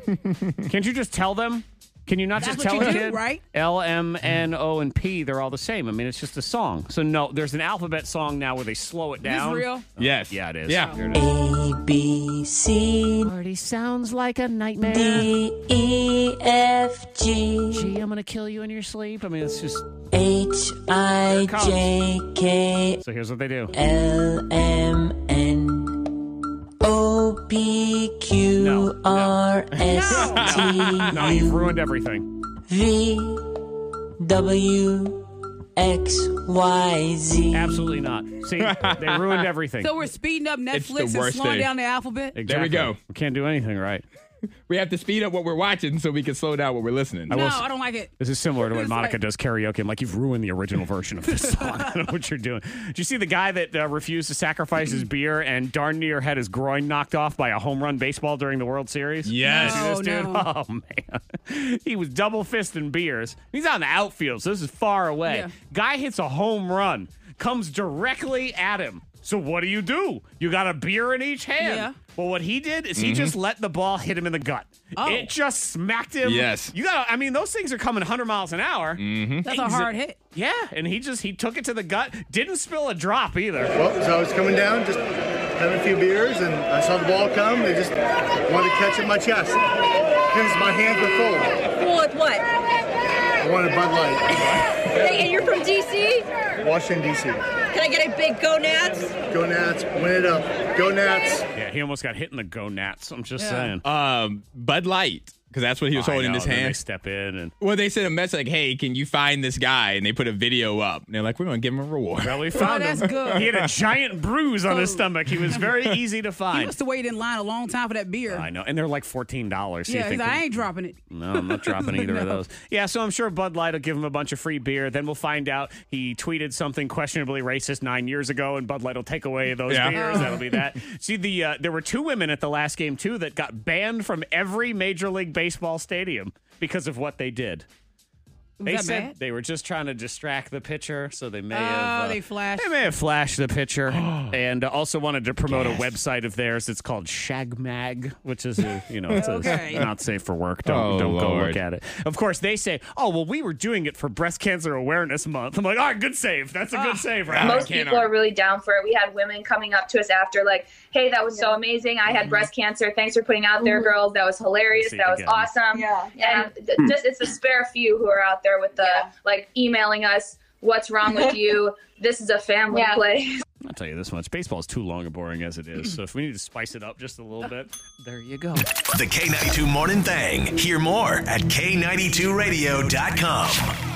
Can't you just tell them? Can you not just That's tell what you a do, kid right? L M N O and P? They're all the same. I mean, it's just a song. So no, there's an alphabet song now where they slow it This down. real? Yes. Yeah, it is. Yeah. Here it is. A B C already sounds like a nightmare. D E F G. G. I'm gonna kill you in your sleep. I mean, it's just H I J K So here's what they do. L M N O P Q R S No. no, T you've U ruined everything. V W X Y Z. Absolutely not. See, they ruined everything. So we're speeding up It's the Netflix and worst slowing thing. down the alphabet. There we go. We can't do anything right. we have to speed up what we're watching so we can slow down what we're listening. No, I don't like it. This is similar to when It's Monica like- does karaoke. I'm like, you've ruined the original version of this song. I don't know what you're doing. Do you see the guy that uh, refused to sacrifice his beer and darn near had his groin knocked off by a home run baseball during the World Series? Yes. You see this No, dude? no. Oh, man. He was double fisting beers. He's on the outfield, so this is far away. Yeah. Guy hits a home run, comes directly at him. So what do you do? You got a beer in each hand. Yeah. Well, what he did is he Mhm. just let the ball hit him in the gut. Oh. It just smacked him. Yes. Mm. You got. to I mean, those things are coming 100 miles an hour. Mm-hmm. That's a hard hit. Yeah, and he just he took it to the gut. Didn't spill a drop either. Well, so I was coming down, just having a few beers, and I saw the ball come. and just wanted to catch it in my chest. Because my hands were full. Full at what? I wanted Bud Light. Hey, and you're from DC? Washington, D.C. Can I get a big go Nats? Go Nats, win it up. Go Nats. Yeah, he almost got hit in the go nats. I'm just saying. Um, Bud Light, because that's what he was I holding in know, his then They hand. step in and Well, they sent a message like, "Hey, can you find this guy?" And they put a video up, and they're like, "We're gonna give him a reward." well, we found that's him. good. Oh. He had a giant bruise on his stomach. He was very easy to He find. must have waited in line a long time for that beer. I know, and they're like fourteen dollars. yeah, he's like, I ain't dropping it. No, I'm not dropping either of those. Yeah, so I'm sure Bud Light will give him a bunch of free beer. Then we'll find out he tweeted something questionably racist nine years ago, and Bud Light will take away those Yeah. beers. Oh. That'll be that. See, the uh, there were two women at the last game too that got banned from every Major League Baseball stadium because of what they did. Was they that said bad? they were just trying to distract the pitcher, so they may Oh, have. uh, they flashed. They may have flashed the pitcher, and uh, also wanted to promote a website of theirs. It's called Shagmag, which is a, you know it's a- Okay. not safe for work. Don't Oh, don't go Lord. look at it. Of course, they say, "Oh, well, we were doing it for Breast Cancer Awareness Month." I'm like, "All right, good save. That's a good save, right?" Most people are really down for it. We had women coming up to us after, like, "Hey, that was so amazing! I had breast cancer. Thanks for putting out there, girls. That was hilarious. Mm-hmm. See it That was again. awesome." Mm-hmm. Yeah, and th- just it's the spare few who are out there with the like emailing us, "What's wrong with you? this is a family Yeah. place." I'll tell you this much: baseball is too long and boring as it is. So if we need to spice it up just a little bit, there you go. The K92 Morning Thang. Hear more at K92Radio.com.